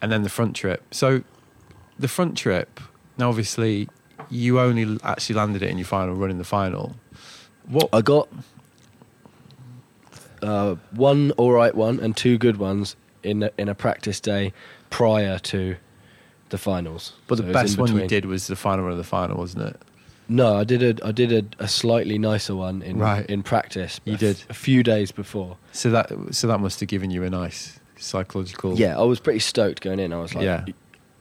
[SPEAKER 1] and then the front trip. So the front trip. Now, obviously, you only l- actually landed it in your final run in the final. What?
[SPEAKER 2] Oh, I got uh, one all right one and two good ones in a, in a practice day prior to the finals.
[SPEAKER 1] but the
[SPEAKER 2] So it was
[SPEAKER 1] best
[SPEAKER 2] in
[SPEAKER 1] one you
[SPEAKER 2] between.
[SPEAKER 1] did was the final run of the final, wasn't it?
[SPEAKER 2] No, I did a I did a, a slightly nicer one in
[SPEAKER 1] Right.
[SPEAKER 2] in practice.
[SPEAKER 1] You
[SPEAKER 2] a f-
[SPEAKER 1] did.
[SPEAKER 2] a few days before.
[SPEAKER 1] So that so that must have given you a nice psychological.
[SPEAKER 2] Yeah, I was pretty stoked going in. I was like,
[SPEAKER 1] Yeah.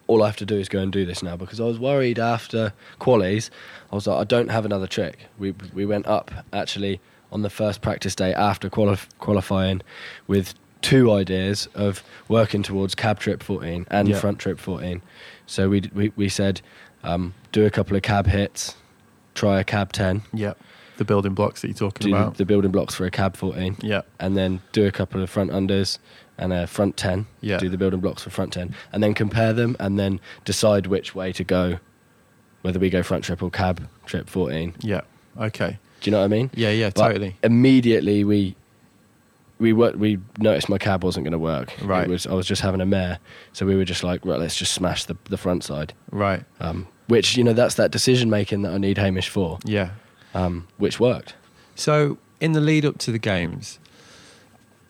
[SPEAKER 2] all I have to do is go and do this now because I was worried after qualies. I was like, I don't have another trick. We we went up actually on the first practice day after quali- qualifying with two ideas of working towards cab trip 14 and
[SPEAKER 1] Yeah.
[SPEAKER 2] front trip 14. So we d- we we said um, do a couple of cab hits, try a cab 10,
[SPEAKER 1] Yep. The building blocks that you're talking
[SPEAKER 2] do the,
[SPEAKER 1] about.
[SPEAKER 2] the building blocks for a cab 14
[SPEAKER 1] yeah.
[SPEAKER 2] and then do a couple of front unders and a front 10.
[SPEAKER 1] Yeah.
[SPEAKER 2] Do the building blocks for front 10 and then compare them and then decide which way to go, whether we go front trip or cab trip 14.
[SPEAKER 1] Yeah. Okay.
[SPEAKER 2] Do you know what I mean?
[SPEAKER 1] Yeah. Yeah.
[SPEAKER 2] But
[SPEAKER 1] Totally.
[SPEAKER 2] Immediately we we were, we noticed my cab wasn't going to work.
[SPEAKER 1] Right.
[SPEAKER 2] It was, I was just having a mare, so we were just like, right, let's just smash the the front side.
[SPEAKER 1] Right.
[SPEAKER 2] Um, which you know that's that decision making that I need Hamish for,
[SPEAKER 1] Yeah.
[SPEAKER 2] um, which worked.
[SPEAKER 1] So in the lead up to the games,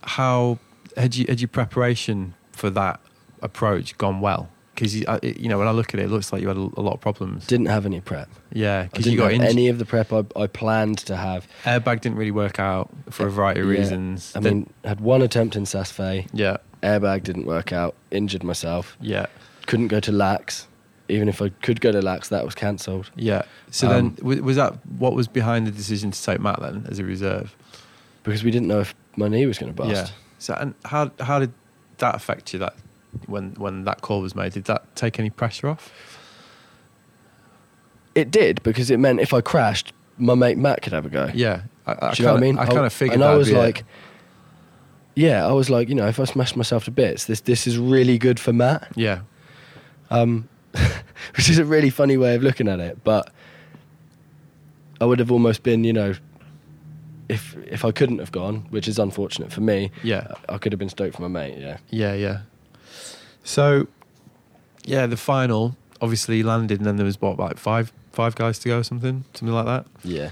[SPEAKER 1] how had you had your preparation for that approach gone well? Because you, I- you know when I look at it, it looks like you had a, a lot of problems.
[SPEAKER 2] Didn't have any prep.
[SPEAKER 1] yeah.
[SPEAKER 2] I
[SPEAKER 1] Because
[SPEAKER 2] didn't
[SPEAKER 1] you got
[SPEAKER 2] have
[SPEAKER 1] injured.
[SPEAKER 2] any of the prep I, I planned to have.
[SPEAKER 1] airbag didn't really work out for a variety of
[SPEAKER 2] Yeah,
[SPEAKER 1] reasons.
[SPEAKER 2] I
[SPEAKER 1] Did-
[SPEAKER 2] mean, had one attempt in Sasfe,
[SPEAKER 1] yeah.
[SPEAKER 2] airbag didn't work out, injured myself,
[SPEAKER 1] Yeah.
[SPEAKER 2] couldn't go to Lax. Even if I could go to Lax, that was cancelled.
[SPEAKER 1] Yeah. So
[SPEAKER 2] Um,
[SPEAKER 1] then, wa- was that what was behind the decision to take Matt then as a reserve?
[SPEAKER 2] Because we didn't know if my knee was going to bust.
[SPEAKER 1] Yeah. So and how how did that affect you? That when when that call was made, did that take any pressure off?
[SPEAKER 2] It did, because it meant if I crashed, my mate Matt could have a go.
[SPEAKER 1] Yeah. I, I
[SPEAKER 2] Do you know what I mean?
[SPEAKER 1] I kind of figured.
[SPEAKER 2] And I
[SPEAKER 1] that'd
[SPEAKER 2] was
[SPEAKER 1] be it.
[SPEAKER 2] like, yeah, I was like, you know, if I smash myself to bits, this this is really good for Matt,
[SPEAKER 1] yeah,
[SPEAKER 2] um, which is a really funny way of looking at it. But I would have almost been, you know, if if I couldn't have gone, which is unfortunate for me,
[SPEAKER 1] yeah,
[SPEAKER 2] I could have been stoked for my mate. Yeah,
[SPEAKER 1] yeah, yeah. So, yeah, the final obviously you landed, and then there was what like five five guys to go or something, something like that.
[SPEAKER 2] yeah.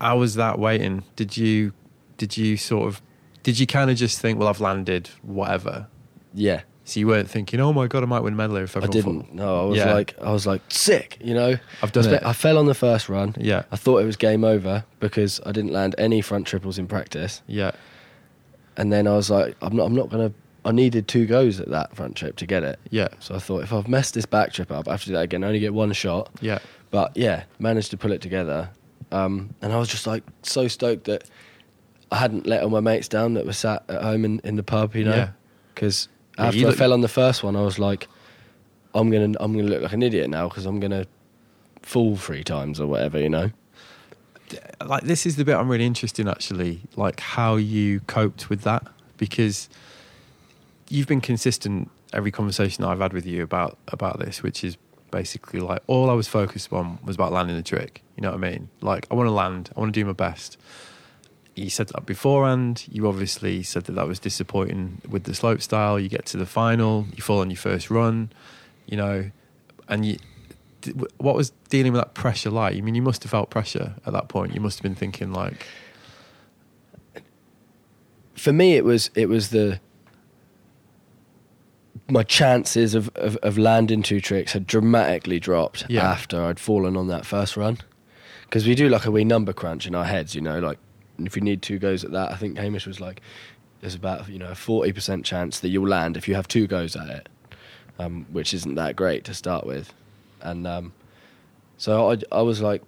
[SPEAKER 1] How was that waiting? Did you did you sort of did you kind of just think, well, I've landed, whatever?
[SPEAKER 2] Yeah,
[SPEAKER 1] So you weren't thinking, oh my god, I might win a medal here if
[SPEAKER 2] I
[SPEAKER 1] everyone
[SPEAKER 2] didn't. No, I was
[SPEAKER 1] Yeah.
[SPEAKER 2] like, I was like sick. You know,
[SPEAKER 1] I've done
[SPEAKER 2] I,
[SPEAKER 1] it.
[SPEAKER 2] I fell on the first run.
[SPEAKER 1] Yeah,
[SPEAKER 2] I thought it was game over because I didn't land any front triples in practice,
[SPEAKER 1] yeah,
[SPEAKER 2] and then I was like, I'm not. I'm not gonna. I needed two goes at that front trip to get it.
[SPEAKER 1] yeah,
[SPEAKER 2] So I thought if I've messed this back trip up, I have to do that again. I only get one shot.
[SPEAKER 1] yeah,
[SPEAKER 2] But yeah, managed to pull it together. Um, and I was just like so stoked that I hadn't let all my mates down that were sat at home in, in the pub, you know?
[SPEAKER 1] Yeah.
[SPEAKER 2] Because
[SPEAKER 1] Yeah,
[SPEAKER 2] after
[SPEAKER 1] you
[SPEAKER 2] I
[SPEAKER 1] look-
[SPEAKER 2] fell on the first one, I was like, I'm gonna I'm gonna look like an idiot now because I'm gonna fall three times or whatever, you know?
[SPEAKER 1] like this is the bit I'm really interested in actually, like how you coped with that because you've been consistent every conversation I've had with you about about this, which is basically like all I was focused on was about landing the trick. You know what I mean? Like I want to land, I want to do my best. You said that beforehand. You obviously said that that was disappointing with the slope style. You get to the final, you fall on your first run, you know, and you. d- What was dealing with that pressure like? I mean, you must have felt pressure at that point. You must have been thinking like,
[SPEAKER 2] For me it was it was the my chances of, of, of landing two tricks had dramatically dropped
[SPEAKER 1] Yeah.
[SPEAKER 2] after I'd fallen on that first run. Because we do like a wee number crunch in our heads, you know, like if you need two goes at that, I think Hamish was like, there's about, you know, a 40% chance that you'll land if you have two goes at it, um, which isn't that great to start with. And um, so I, I was like,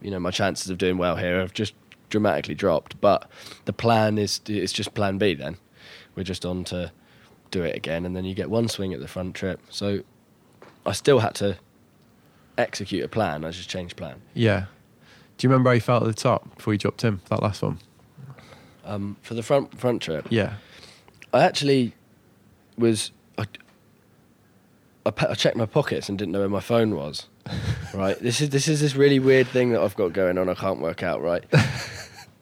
[SPEAKER 2] you know, my chances of doing well here have just dramatically dropped. But the plan is, it's just plan B then. We're just on to do it again, and then you get one swing at the front trip. So I still had to execute a plan. I just changed plan.
[SPEAKER 1] yeah. Do you remember how you felt at the top before you dropped him? That last one.
[SPEAKER 2] um, for the front front trip,
[SPEAKER 1] Yeah.
[SPEAKER 2] I actually was I, I, pe- I checked my pockets and didn't know where my phone was. right, this is this is this really weird thing that I've got going on. I can't work out. Right,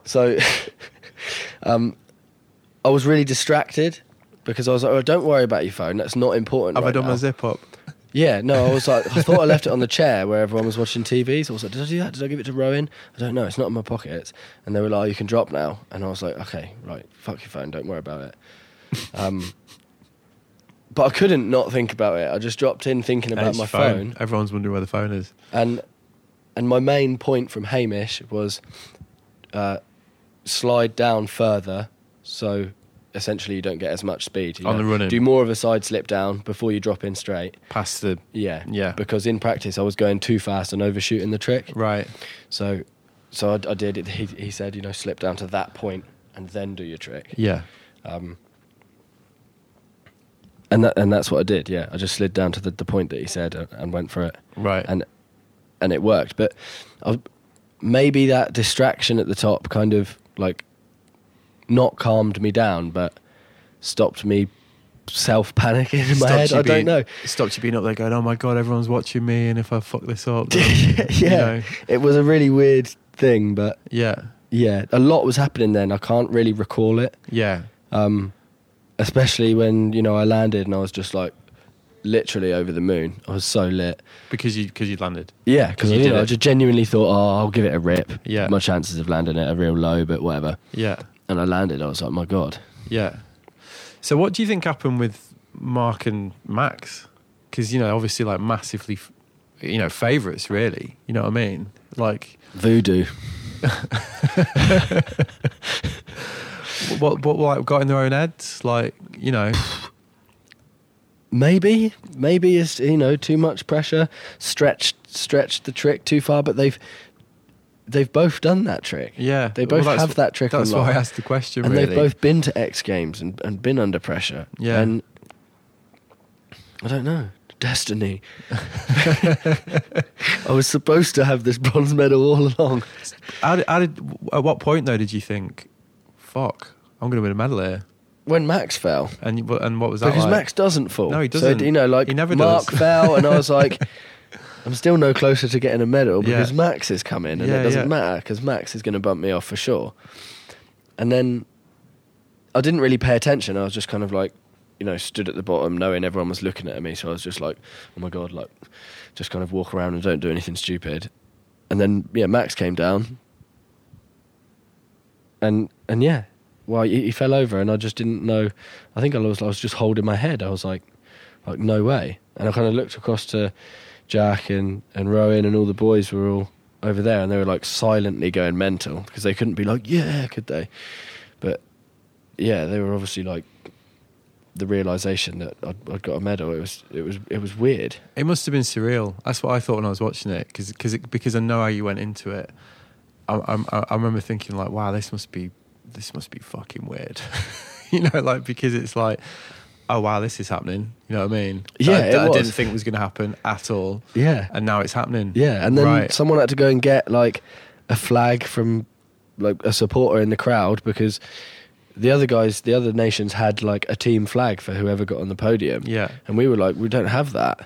[SPEAKER 2] so um, I was really distracted because I was like, "Oh, don't worry about your phone. That's not important."
[SPEAKER 1] Have I
[SPEAKER 2] right
[SPEAKER 1] done
[SPEAKER 2] now."
[SPEAKER 1] my zip up?
[SPEAKER 2] Yeah, no, I was like, I thought I left it on the chair where everyone was watching TV. So I was like, did I do that? Did I give it to Rowan? I don't know. It's not in my pocket. And they were like, oh, you can drop now. And I was like, okay, right, fuck your phone. Don't worry about it. Um, but I couldn't not think about it. I just dropped in thinking about
[SPEAKER 1] It's
[SPEAKER 2] my phone.
[SPEAKER 1] Everyone's wondering where the phone is.
[SPEAKER 2] And and my main point from Hamish was uh, slide down further. So essentially, you don't get as much speed. you
[SPEAKER 1] On the run-in.
[SPEAKER 2] Do more of a side slip down before you drop in straight.
[SPEAKER 1] Past the
[SPEAKER 2] Yeah.
[SPEAKER 1] Yeah.
[SPEAKER 2] Because in practice, I was going too fast and overshooting the trick.
[SPEAKER 1] right.
[SPEAKER 2] So, so I, I did it. He, he said, you know, slip down to that point and then do your trick.
[SPEAKER 1] Yeah.
[SPEAKER 2] Um, and that, and that's what I did. Yeah. I just slid down to the, the point that he said uh, and went for it
[SPEAKER 1] Right.
[SPEAKER 2] and, and it worked. But I, maybe that distraction at the top kind of like not calmed me down, but stopped me self panicking in my
[SPEAKER 1] Stopped
[SPEAKER 2] head.
[SPEAKER 1] you
[SPEAKER 2] I don't
[SPEAKER 1] being-
[SPEAKER 2] know.
[SPEAKER 1] Stopped you being up there going, oh my God, everyone's watching me. And if I fuck this up.
[SPEAKER 2] yeah,
[SPEAKER 1] then, you know.
[SPEAKER 2] it was a really weird thing, but
[SPEAKER 1] Yeah.
[SPEAKER 2] yeah, a lot was happening then. I can't really recall it,
[SPEAKER 1] Yeah.
[SPEAKER 2] um, especially when you know I landed and I was just like literally over the moon. I was so lit.
[SPEAKER 1] Because you, cause you'd landed.
[SPEAKER 2] Yeah, because
[SPEAKER 1] You
[SPEAKER 2] you
[SPEAKER 1] did
[SPEAKER 2] know, I
[SPEAKER 1] it.
[SPEAKER 2] just genuinely thought, oh, I'll give it a rip.
[SPEAKER 1] Yeah.
[SPEAKER 2] my chances of landing it are real low, but whatever.
[SPEAKER 1] Yeah.
[SPEAKER 2] And I landed. I was like, my god.
[SPEAKER 1] Yeah. So what do you think happened with Mark and Max? Because you know, obviously, like massively, f- you know, favourites. Really, you know what I mean? Like,
[SPEAKER 2] Voodoo.
[SPEAKER 1] what, what, what, like, got in their own heads? Like, you know,
[SPEAKER 2] Maybe, maybe it's you know too much pressure, stretched stretched the trick too far, but they've they've both done that trick.
[SPEAKER 1] yeah.
[SPEAKER 2] They both
[SPEAKER 1] that's-
[SPEAKER 2] have that trick
[SPEAKER 1] That's
[SPEAKER 2] on
[SPEAKER 1] why I
[SPEAKER 2] lock.
[SPEAKER 1] asked the question.
[SPEAKER 2] and
[SPEAKER 1] really,
[SPEAKER 2] they've both been to X Games and, and been under pressure.
[SPEAKER 1] Yeah.
[SPEAKER 2] And I don't know. Destiny. I was supposed to have this bronze medal all along.
[SPEAKER 1] How did, how did, at what point though did you think, fuck, I'm going to win a medal here?
[SPEAKER 2] When Max fell.
[SPEAKER 1] And you- and what was that?
[SPEAKER 2] Because
[SPEAKER 1] like?
[SPEAKER 2] Max doesn't fall.
[SPEAKER 1] No, he
[SPEAKER 2] So,
[SPEAKER 1] doesn't.
[SPEAKER 2] you know, like
[SPEAKER 1] He never
[SPEAKER 2] Mark
[SPEAKER 1] does.
[SPEAKER 2] fell, and I was like, I'm still no closer to getting a medal
[SPEAKER 1] Yeah.
[SPEAKER 2] because Max is coming, and
[SPEAKER 1] Yeah,
[SPEAKER 2] it doesn't
[SPEAKER 1] yeah.
[SPEAKER 2] matter because Max is going to bump me off for sure. And then I didn't really pay attention. I was just kind of like, you know, stood at the bottom, knowing everyone was looking at me. So I was just like, oh my god, like, just kind of walk around and don't do anything stupid. And then yeah, Max came down, and and yeah, well, he, he fell over, and I just didn't know. I think I was I was just holding my head. I was like, like no way. And I kind of looked across to Jack and and Rowan, and all the boys were all over there, and they were like silently going mental because they couldn't be like yeah, could they? But yeah, they were obviously like the realization that I'd, I'd got a medal. It was it was it was weird.
[SPEAKER 1] It must have been surreal. That's what I thought when I was watching it, because it, because I know how you went into it. I, I'm- I, I remember thinking like, wow, this must be this must be fucking weird, you know, like because it's like, oh wow, this is happening. You know what I mean? That
[SPEAKER 2] Yeah,
[SPEAKER 1] I, that
[SPEAKER 2] it
[SPEAKER 1] I
[SPEAKER 2] was.
[SPEAKER 1] didn't think was going to happen at all,
[SPEAKER 2] Yeah,
[SPEAKER 1] and now it's happening.
[SPEAKER 2] Yeah, and then
[SPEAKER 1] Right.
[SPEAKER 2] someone had to go and get like a flag from like a supporter in the crowd because the other guys, the other nations had like a team flag for whoever got on the podium.
[SPEAKER 1] yeah,
[SPEAKER 2] And we were like, we don't have that.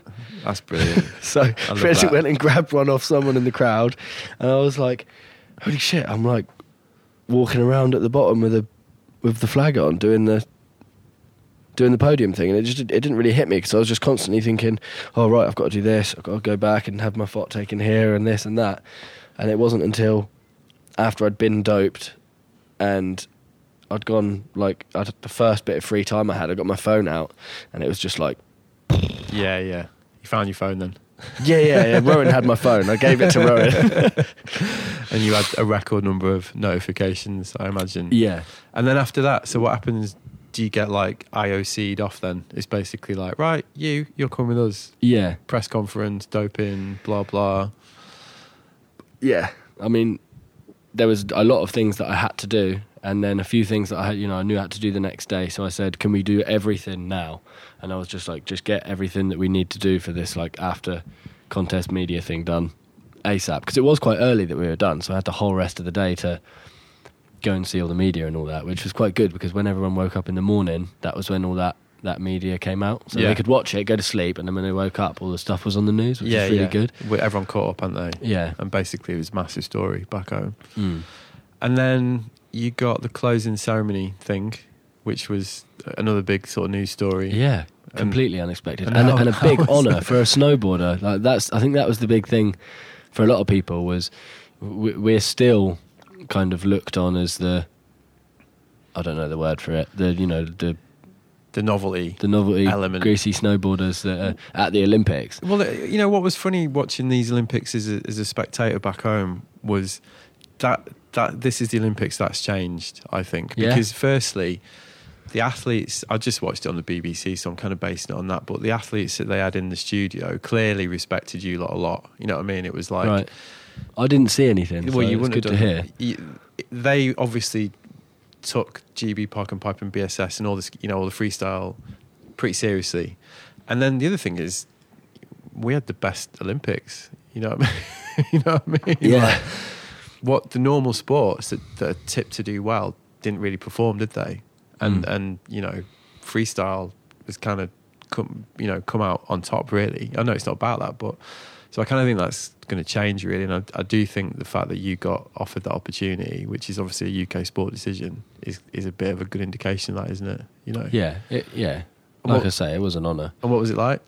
[SPEAKER 1] that's brilliant.
[SPEAKER 2] So
[SPEAKER 1] love
[SPEAKER 2] Frederick
[SPEAKER 1] that.
[SPEAKER 2] went and grabbed one off someone in the crowd. And I was like, holy shit, I'm like walking around at the bottom with a with the flag on doing the doing the podium thing and it just it didn't really hit me because I was just constantly thinking oh right I've got to do this I've got to go back and have my fot taken here and this and that and it wasn't until after I'd been doped and I'd gone like I'd, the first bit of free time I had I got my phone out and it was just like
[SPEAKER 1] yeah, yeah. You found your phone then,
[SPEAKER 2] yeah yeah yeah Rowan had my phone I gave it to Rowan
[SPEAKER 1] and you had a record number of notifications, I imagine.
[SPEAKER 2] yeah
[SPEAKER 1] And then after that, so what happens? Do you get like IOC'd off then? It's basically like, right, you, you're coming with us.
[SPEAKER 2] yeah
[SPEAKER 1] Press conference, doping, blah, blah.
[SPEAKER 2] yeah, I mean, there was a lot of things that I had to do, and then a few things that I had, you know, I knew I had to do the next day. So I said, "Can we do everything now?" And I was just like, "Just get everything that we need to do for this like after contest media thing done ASAP," because it was quite early that we were done. So I had the whole rest of the day to go and see all the media and all that, which was quite good because when everyone woke up in the morning, that was when all that that media came out, so
[SPEAKER 1] Yeah.
[SPEAKER 2] they could watch it, go to sleep, and then when they woke up, all the stuff was on the news, which
[SPEAKER 1] yeah,
[SPEAKER 2] was really
[SPEAKER 1] yeah.
[SPEAKER 2] good.
[SPEAKER 1] We- Everyone caught up, aren't they?
[SPEAKER 2] Yeah.
[SPEAKER 1] And basically, it was a massive story back home.
[SPEAKER 2] Mm.
[SPEAKER 1] And then you got the closing ceremony thing, which was another big sort of news story.
[SPEAKER 2] Yeah,
[SPEAKER 1] And-
[SPEAKER 2] completely unexpected,
[SPEAKER 1] and
[SPEAKER 2] and, and,
[SPEAKER 1] how-
[SPEAKER 2] a
[SPEAKER 1] how
[SPEAKER 2] big
[SPEAKER 1] was
[SPEAKER 2] honour
[SPEAKER 1] it?
[SPEAKER 2] for a snowboarder. Like that's, I think that was the big thing for a lot of people was we, we're still kind of looked on as the, I don't know the word for it, the you know the
[SPEAKER 1] The novelty.
[SPEAKER 2] the novelty
[SPEAKER 1] Element.
[SPEAKER 2] greasy snowboarders that are at the Olympics.
[SPEAKER 1] Well, uh, you know what was funny watching these Olympics as a, as a spectator back home was that that this is the Olympics that's changed. I think
[SPEAKER 2] Yeah.
[SPEAKER 1] because firstly, the athletes. I just watched it on the BBC, so I'm kind of basing it on that. But the athletes that they had in the studio clearly respected you lot a lot. You know what I mean? It was like,
[SPEAKER 2] right, I didn't see anything.
[SPEAKER 1] well,
[SPEAKER 2] so
[SPEAKER 1] you
[SPEAKER 2] it's
[SPEAKER 1] wouldn't
[SPEAKER 2] good
[SPEAKER 1] have
[SPEAKER 2] to
[SPEAKER 1] done-
[SPEAKER 2] hear.
[SPEAKER 1] you- they obviously took GB Park and Pipe and BSS and all this, you know, all the freestyle pretty seriously. And then the other thing is, we had the best Olympics. You know what I mean? you know what I mean?
[SPEAKER 2] Yeah,
[SPEAKER 1] Like, what the normal sports that, that are tipped to do well didn't really perform, did they? And
[SPEAKER 2] Mm.
[SPEAKER 1] and you know, freestyle was kind of come you know come out on top really. I know it's not about that, but so I kind of think that's going to change really. And I, I do think the fact that you got offered that opportunity, which is obviously a UK sport decision, is is a bit of a good indication of that, isn't it? You know.
[SPEAKER 2] yeah, it, yeah.
[SPEAKER 1] Well-
[SPEAKER 2] Like I say, it was an honour.
[SPEAKER 1] And what was it like?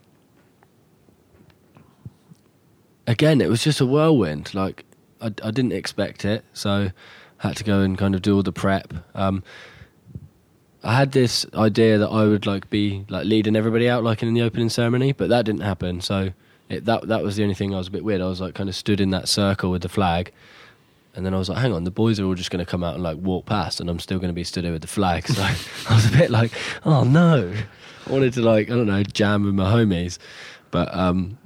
[SPEAKER 2] again, it was just a whirlwind. Like I, I didn't expect it, so had to go and kind of do all the prep. Um, I had this idea that I would like be like leading everybody out like in the opening ceremony, but that didn't happen. So it, that that was the only thing I was a bit weird. I was like kind of stood in that circle with the flag. And then I was like, hang on, the boys are all just going to come out and like walk past, and I'm still going to be stood here with the flag. So I was a bit like, oh no. I wanted to like, I don't know, jam with my homies. But um,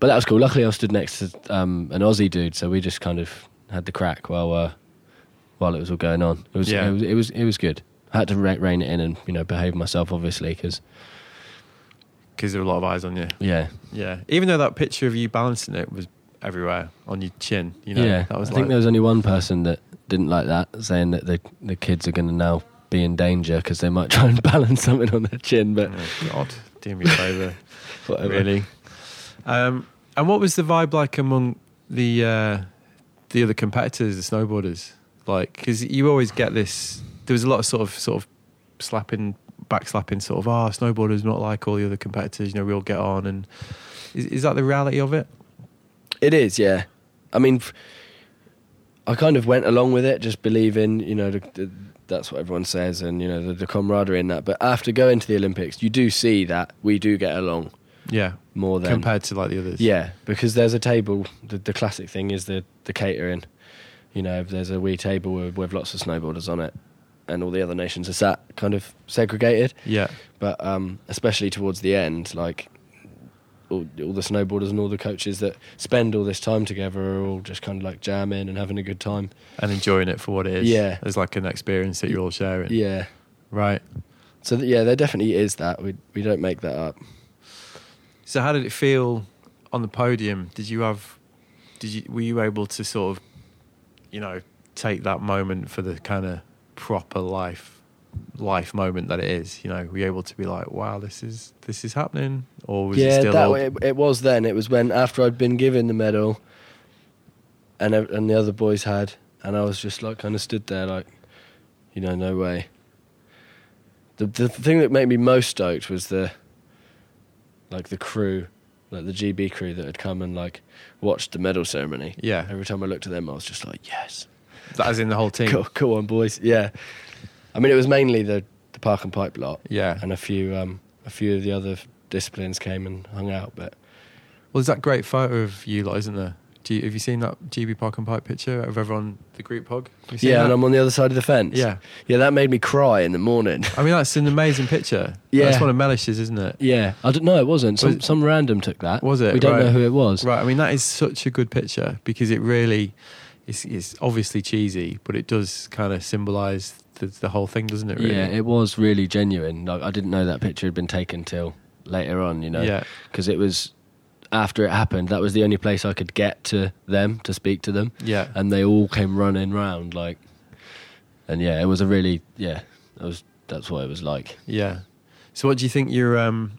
[SPEAKER 2] but that was cool. Luckily, I stood next to um, an Aussie dude, so we just kind of had the crack while uh, while it was all going on. It was,
[SPEAKER 1] Yeah.
[SPEAKER 2] it, was it was it was good. I had to re- rein it in and you know behave myself, obviously, because
[SPEAKER 1] Because there were a lot of eyes on you.
[SPEAKER 2] yeah,
[SPEAKER 1] Yeah. Even though that picture of you balancing it was everywhere on your chin, you know.
[SPEAKER 2] yeah.
[SPEAKER 1] That was
[SPEAKER 2] I
[SPEAKER 1] like,
[SPEAKER 2] think there was only one person that didn't like that, saying that the the kids are going to now be in danger because they might try and balance something on their chin, but
[SPEAKER 1] Oh, God, do me a favour.
[SPEAKER 2] whatever.
[SPEAKER 1] really. Um, and what was the vibe like among the uh, the other competitors, the snowboarders? Like, because you always get this. There was a lot of sort of sort of slapping, back slapping, sort of ah, snowboarders not like all the other competitors. You know, we all get on, and is, is that the reality of it?
[SPEAKER 2] It is, yeah. I mean, f- I kind of went along with it, just believing, you know, the, the, that's what everyone says, and you know, the, the camaraderie in that. But after going to the Olympics, you do see that we do get along
[SPEAKER 1] Yeah,
[SPEAKER 2] more than
[SPEAKER 1] compared to like the others.
[SPEAKER 2] yeah, because there's a table. The, the classic thing is the the catering. You know, if there's a wee table with, with lots of snowboarders on it, and all the other nations are sat kind of segregated.
[SPEAKER 1] yeah,
[SPEAKER 2] But um, especially towards the end, like all, all the snowboarders and all the coaches that spend all this time together are all just kind of like jamming and having a good time.
[SPEAKER 1] and enjoying it for what it is.
[SPEAKER 2] Yeah.
[SPEAKER 1] there's like an experience that you're all sharing.
[SPEAKER 2] Yeah.
[SPEAKER 1] right.
[SPEAKER 2] So th- yeah, there definitely is that. We we don't make that up.
[SPEAKER 1] So how did it feel on the podium? Did you have did you were you able to sort of you know take that moment for the kind of proper life life moment that it is, you know, were you able to be like, wow, this is this is happening or was it
[SPEAKER 2] yeah,
[SPEAKER 1] still
[SPEAKER 2] that
[SPEAKER 1] all-
[SPEAKER 2] way, it, it was then. It was when after I'd been given the medal, and ev- and the other boys had, and I was just like kind of stood there like, you know, no way. The the thing that made me most stoked was the like the crew, like the GB crew that had come and like watched the medal ceremony.
[SPEAKER 1] yeah,
[SPEAKER 2] Every time I looked at them, I was just like, yes,
[SPEAKER 1] that as in the whole team.
[SPEAKER 2] cool, cool on, boys. Yeah, I mean, it was mainly the the park and pipe lot,
[SPEAKER 1] Yeah.
[SPEAKER 2] and a few um a few of the other disciplines came and hung out, but.
[SPEAKER 1] Well, there's that great photo of you lot, isn't there? Do you, have you seen that GB Park and Pipe picture of everyone the group hug? Have you seen
[SPEAKER 2] Yeah, and
[SPEAKER 1] that?
[SPEAKER 2] I'm on the other side of the fence.
[SPEAKER 1] yeah.
[SPEAKER 2] Yeah, that made me cry in the morning.
[SPEAKER 1] I mean, that's an amazing picture.
[SPEAKER 2] Yeah.
[SPEAKER 1] that's one of Mellish's, isn't it?
[SPEAKER 2] yeah. I don't know, it wasn't. Some,
[SPEAKER 1] Was it-
[SPEAKER 2] some random took that.
[SPEAKER 1] Was it?
[SPEAKER 2] We don't
[SPEAKER 1] Right.
[SPEAKER 2] know who it was.
[SPEAKER 1] Right. I mean, that is such a good picture because it really, it's, it's obviously cheesy, but it does kind of symbolise the, the whole thing, doesn't it? Really?
[SPEAKER 2] Yeah, it was really genuine. Like, I didn't know that picture had been taken till later on, you know?
[SPEAKER 1] Yeah.
[SPEAKER 2] Because it was after it happened, that was the only place I could get to them to speak to them.
[SPEAKER 1] Yeah.
[SPEAKER 2] And they all came running round, like, and yeah, it was a really yeah. That was that's what it was like.
[SPEAKER 1] Yeah. So what do you think your um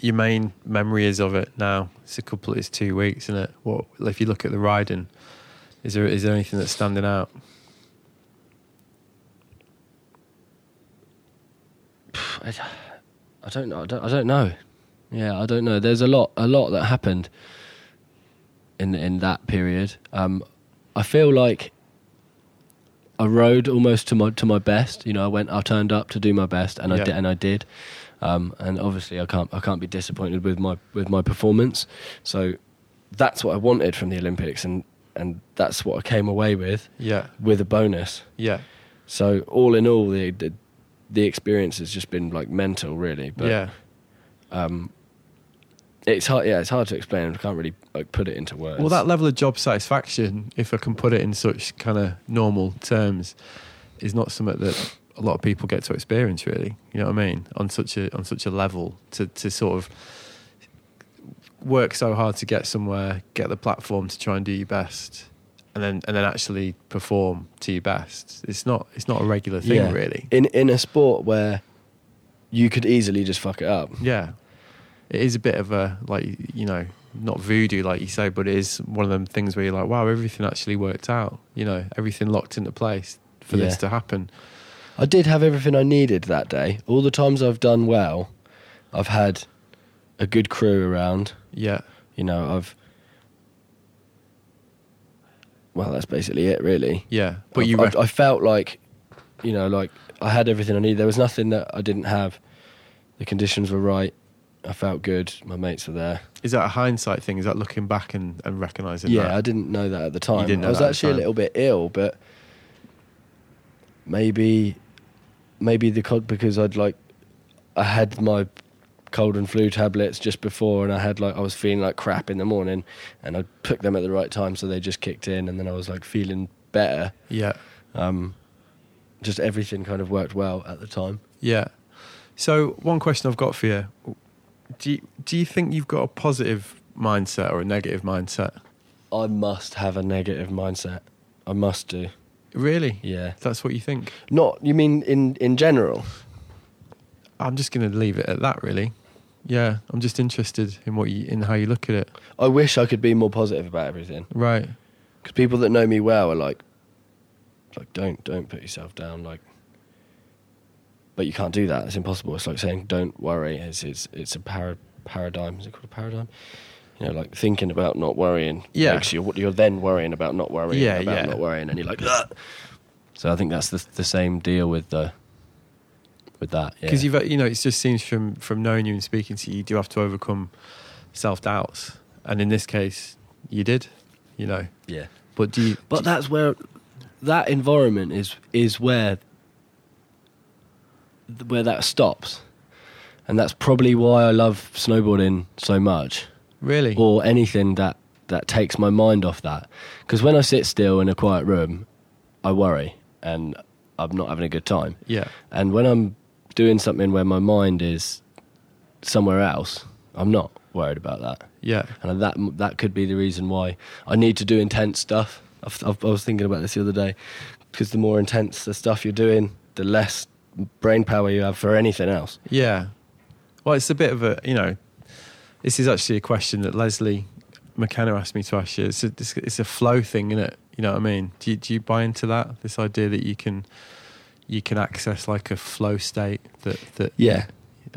[SPEAKER 1] your main memory is of it now? It's a couple. It's two weeks, isn't it? What if you look at the riding? Is there is there anything that's standing out?
[SPEAKER 2] I, I don't know. I don't, I don't know. Yeah, I don't know. There's a lot, a lot that happened in in that period. Um, I feel like I rode almost to my to my best. You know, I went, I turned up to do my best, and I
[SPEAKER 1] Yeah.
[SPEAKER 2] did, and I did. Um, and obviously, I can't I can't be disappointed with my with my performance. So that's what I wanted from the Olympics, and and that's what I came away with
[SPEAKER 1] Yeah.
[SPEAKER 2] with a bonus.
[SPEAKER 1] Yeah.
[SPEAKER 2] So all in all, the the, the experience has just been like mental, really. But
[SPEAKER 1] yeah.
[SPEAKER 2] um, it's hard. Yeah, it's hard to explain. I can't really like put it into words.
[SPEAKER 1] Well, that level of job satisfaction, if I can put it in such kind of normal terms, is not something that a lot of people get to experience. Really, you know what I mean? On such a on such a level, to to sort of work so hard to get somewhere, get the platform to try and do your best, and then and then actually perform to your best. It's not it's not a regular thing,
[SPEAKER 2] Yeah.
[SPEAKER 1] really.
[SPEAKER 2] in in a sport where you could easily just fuck it up.
[SPEAKER 1] Yeah, it is a bit of a like you know not voodoo like you say, but it is one of them things where you're like, wow, everything actually worked out. You know, everything locked into place for this
[SPEAKER 2] Yeah.
[SPEAKER 1] to happen.
[SPEAKER 2] I did have everything I needed that day. All the times I've done well, I've had a good crew around.
[SPEAKER 1] Yeah,
[SPEAKER 2] You know, I've. Well, that's basically it, really.
[SPEAKER 1] yeah. But
[SPEAKER 2] I,
[SPEAKER 1] you,
[SPEAKER 2] I,
[SPEAKER 1] rec-
[SPEAKER 2] I felt like, you know, like I had everything I needed. There was nothing that I didn't have. The conditions were right. I felt good. My mates were there.
[SPEAKER 1] is that a hindsight thing? Is that looking back and and recognizing?
[SPEAKER 2] yeah, I
[SPEAKER 1] that?
[SPEAKER 2] didn't know that at the time.
[SPEAKER 1] didn't know
[SPEAKER 2] I was
[SPEAKER 1] that at the
[SPEAKER 2] actually a
[SPEAKER 1] time.
[SPEAKER 2] little bit ill, but maybe, maybe the cold because I'd like, I had my cold and flu tablets just before, and I had like I was feeling like crap in the morning, and I took them at the right time, so they just kicked in, and then I was like feeling better.
[SPEAKER 1] yeah,
[SPEAKER 2] Um, just everything kind of worked well at the time.
[SPEAKER 1] yeah. So one question I've got for you: Do you, do you think you've got a positive mindset or a negative mindset?
[SPEAKER 2] I must have a negative mindset. I must do.
[SPEAKER 1] Really?
[SPEAKER 2] Yeah.
[SPEAKER 1] That's what you think?
[SPEAKER 2] Not you mean in in general?
[SPEAKER 1] I'm just going to leave it at that, really. Yeah, I'm just interested in what you in how you look at it.
[SPEAKER 2] I wish I could be more positive about everything.
[SPEAKER 1] Right.
[SPEAKER 2] because people that know me well are like, like don't don't put yourself down, like. But you can't do that. It's impossible. It's like saying don't worry. It's it's it's a para- paradigm. Is it called a paradigm? You know, like thinking about not worrying.
[SPEAKER 1] Yeah.
[SPEAKER 2] Makes you, you're then worrying about not worrying.
[SPEAKER 1] Yeah,
[SPEAKER 2] about
[SPEAKER 1] yeah.
[SPEAKER 2] Not worrying, and you're like. "Ugh." So I think that's the the same deal with the. With that, yeah.
[SPEAKER 1] Because you've you know it just seems from from knowing you and speaking to you, you do have to overcome self doubts, and in this case, you did. You know,
[SPEAKER 2] yeah.
[SPEAKER 1] but do you?
[SPEAKER 2] But that's where that environment is is where where that stops. And that's probably why I love snowboarding so much
[SPEAKER 1] really?
[SPEAKER 2] or anything that that takes my mind off that. Cuz when I sit still in a quiet room, I worry and I'm not having a good time.
[SPEAKER 1] yeah,
[SPEAKER 2] And when I'm doing something where my mind is somewhere else, I'm not worried about that
[SPEAKER 1] yeah,
[SPEAKER 2] and that that could be the reason why I need to do intense stuff. I've, I've, I was thinking about this the other day because the more intense the stuff you're doing, the less brain power you have for anything else.
[SPEAKER 1] yeah. Well, it's a bit of a you know, this is actually a question that Leslie McKenna asked me to ask you. It's a it's, it's a flow thing, isn't it? You know what I mean? Do you, do you buy into that? This idea that you can you can access like a flow state that that
[SPEAKER 2] Yeah,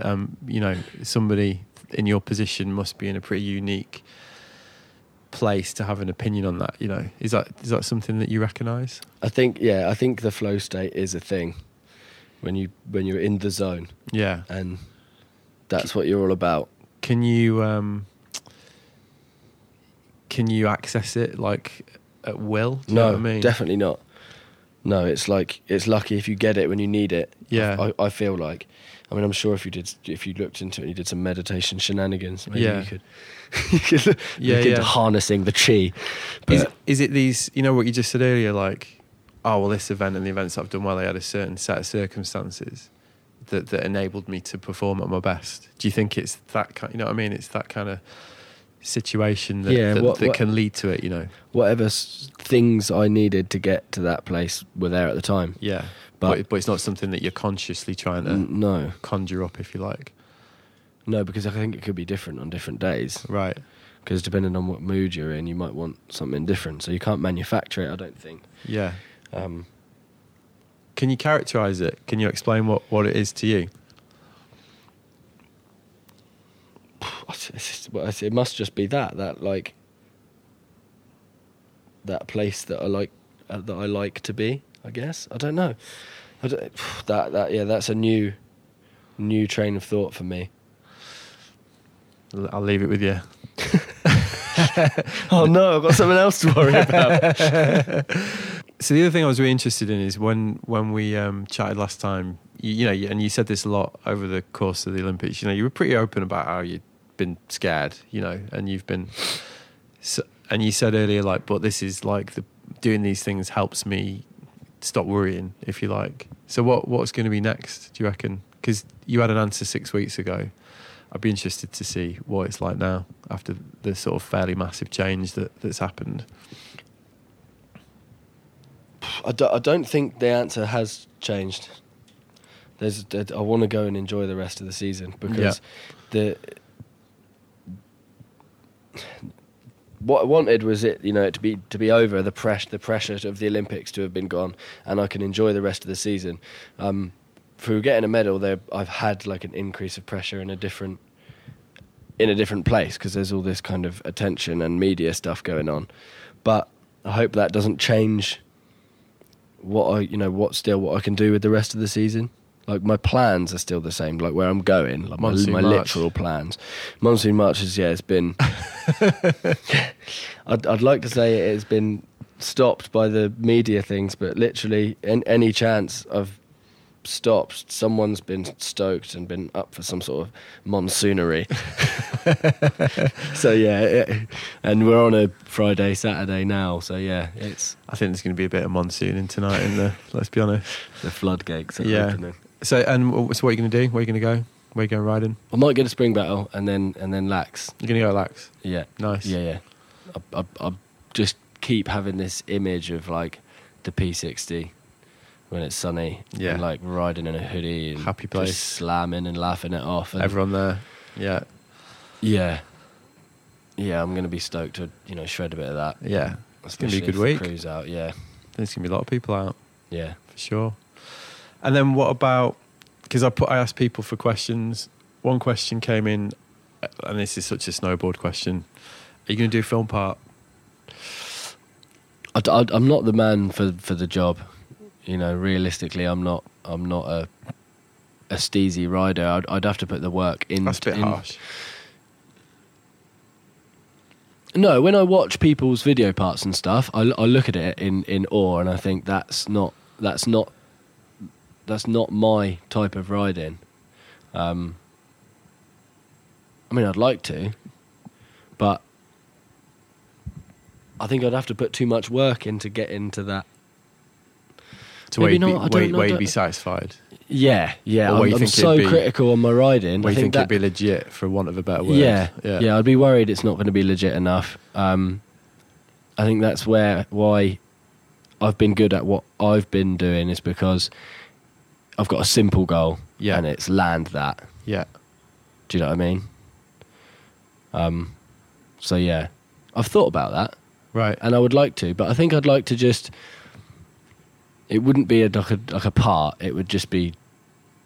[SPEAKER 1] um, you know, somebody in your position must be in a pretty unique place to have an opinion on that. You know, is that is that something that you recognise?
[SPEAKER 2] I think yeah, I think the flow state is a thing when you when you're in the zone,
[SPEAKER 1] Yeah.
[SPEAKER 2] and that's what you're all about.
[SPEAKER 1] Can you um, can you access it like at will? Do you know what
[SPEAKER 2] no,
[SPEAKER 1] I mean?
[SPEAKER 2] definitely not. No, it's like it's lucky if you get it when you need it.
[SPEAKER 1] Yeah.
[SPEAKER 2] I, I feel like. I mean, I'm sure if you did, if you looked into it and you did some meditation shenanigans, maybe
[SPEAKER 1] Yeah.
[SPEAKER 2] you could, you could look
[SPEAKER 1] Yeah,
[SPEAKER 2] into
[SPEAKER 1] yeah.
[SPEAKER 2] harnessing the chi. But
[SPEAKER 1] Is is it these? You know what you just said earlier, like, oh well, this event and the events I've done well, they had a certain set of circumstances that that enabled me to perform at my best. Do you think it's that kind? You know what I mean? It's that kind of situation that,
[SPEAKER 2] Yeah,
[SPEAKER 1] that,
[SPEAKER 2] what-
[SPEAKER 1] that
[SPEAKER 2] what-
[SPEAKER 1] can lead to it, you know.
[SPEAKER 2] Whatever s- things I needed to get to that place were there at the time.
[SPEAKER 1] Yeah. But,
[SPEAKER 2] But-
[SPEAKER 1] but, it's not something that you're consciously trying to
[SPEAKER 2] N- no,
[SPEAKER 1] conjure up, if you like.
[SPEAKER 2] no, because I think it could be different on different days.
[SPEAKER 1] Right.
[SPEAKER 2] Because depending on what mood you're in, you might want something different. So you can't manufacture it. I don't think.
[SPEAKER 1] Yeah.
[SPEAKER 2] Um,
[SPEAKER 1] Can you characterize it? Can you explain what, what it is to you?
[SPEAKER 2] it's- it's- well, it's- it must just be that that like that place that I like uh, that I like to be. I guess I don't know. I don't, that that yeah, that's a new new train of thought for me.
[SPEAKER 1] I'll- I'll leave it with you.
[SPEAKER 2] Oh no, I've got something else to worry about.
[SPEAKER 1] So the other thing I was really interested in is when when we um, chatted last time, you, you know, you- and you said this a lot over the course of the Olympics. You know, you were pretty open about how you'd been scared, you know, and you've been, so, and you said earlier like, but this is like the doing these things helps me stop worrying, if you like. So what what's going to be next? Do you reckon? Because you had an answer six weeks ago. I'd be interested to see what it's like now after the sort of fairly massive change that, that's happened.
[SPEAKER 2] I, do, I don't think the answer has changed. There's I want to go and enjoy the rest of the season because the what I wanted was it you know it to be to be over the pressure the pressure of the Olympics to have been gone and I can enjoy the rest of the season. Um, through getting a medal, there I've had like an increase of pressure in a different in a different place because there's all this kind of attention and media stuff going on. But I hope that doesn't change what I you know what still what I can do with the rest of the season. Like my plans are still the same, like where I'm going, like my,
[SPEAKER 1] Monsoon
[SPEAKER 2] my
[SPEAKER 1] March.
[SPEAKER 2] literal plans. Monsoon March has yeah, it's been. I'd, I'd like to say it has been stopped by the media things, but literally, in any chance I've stopped, someone's been stoked and been up for some sort of monsoonery. so yeah, it- and we're on a Friday, Saturday now. So yeah, it's
[SPEAKER 1] I think there's going to be a bit of monsoon in tonight, in there. Let's be honest.
[SPEAKER 2] the floodgates are
[SPEAKER 1] Yeah.
[SPEAKER 2] opening.
[SPEAKER 1] So, and w- so what are you going to do? Where are you going to go? Where are you going riding?
[SPEAKER 2] I might get a spring battle and then and then lax.
[SPEAKER 1] You're going to go lax.
[SPEAKER 2] Yeah,
[SPEAKER 1] Nice.
[SPEAKER 2] yeah, yeah. I, I, I just keep having this image of like the P60 when it's sunny.
[SPEAKER 1] Yeah.
[SPEAKER 2] and like riding in a hoodie and
[SPEAKER 1] Happy
[SPEAKER 2] just
[SPEAKER 1] place.
[SPEAKER 2] slamming and laughing it off. And
[SPEAKER 1] Everyone there. Yeah.
[SPEAKER 2] Yeah. Yeah, I'm gonna be stoked to you know shred a bit of that.
[SPEAKER 1] Yeah. It's gonna be a
[SPEAKER 2] Especially
[SPEAKER 1] good
[SPEAKER 2] if the
[SPEAKER 1] week.
[SPEAKER 2] Cruise out, yeah,
[SPEAKER 1] There's going to be a lot of people out
[SPEAKER 2] yeah.
[SPEAKER 1] for sure. And then what about, because I, put I asked people for questions. One question came in, uh, and this is such a snowboard question. Are you going to do film part?
[SPEAKER 2] I, am not the man for for the job. You know, realistically, I'm not. I'm not a a steezy rider. I'd, I'd have to put the work in.
[SPEAKER 1] That's a bit
[SPEAKER 2] in-
[SPEAKER 1] harsh.
[SPEAKER 2] No, when I watch people's video parts and stuff, I, I look at it in, in awe, and I think that's not that's not that's not my type of riding. Um, I mean, I'd like to, but I think I'd have to put too much work into getting to that.
[SPEAKER 1] To where
[SPEAKER 2] Maybe
[SPEAKER 1] you'd be,
[SPEAKER 2] not, I
[SPEAKER 1] where,
[SPEAKER 2] don't know,
[SPEAKER 1] where you'd
[SPEAKER 2] don't-
[SPEAKER 1] be satisfied.
[SPEAKER 2] Yeah, yeah.
[SPEAKER 1] Or where
[SPEAKER 2] I'm,
[SPEAKER 1] you
[SPEAKER 2] I'm
[SPEAKER 1] think it'd
[SPEAKER 2] so
[SPEAKER 1] be-
[SPEAKER 2] critical on my riding.
[SPEAKER 1] Where
[SPEAKER 2] I
[SPEAKER 1] you think,
[SPEAKER 2] that,
[SPEAKER 1] it'd be legit, for want of a better word.
[SPEAKER 2] Yeah,
[SPEAKER 1] Yeah.
[SPEAKER 2] yeah, I'd be worried it's not going to be legit enough. Um, I think that's where why I've been good at what I've been doing is because I've got a simple goal,
[SPEAKER 1] Yeah.
[SPEAKER 2] and it's land that.
[SPEAKER 1] Yeah.
[SPEAKER 2] Do you know what I mean? Um, so yeah, I've thought about that,
[SPEAKER 1] Right.
[SPEAKER 2] and I would like to, but I think I'd like to just. It wouldn't be a, like a like a part. It would just be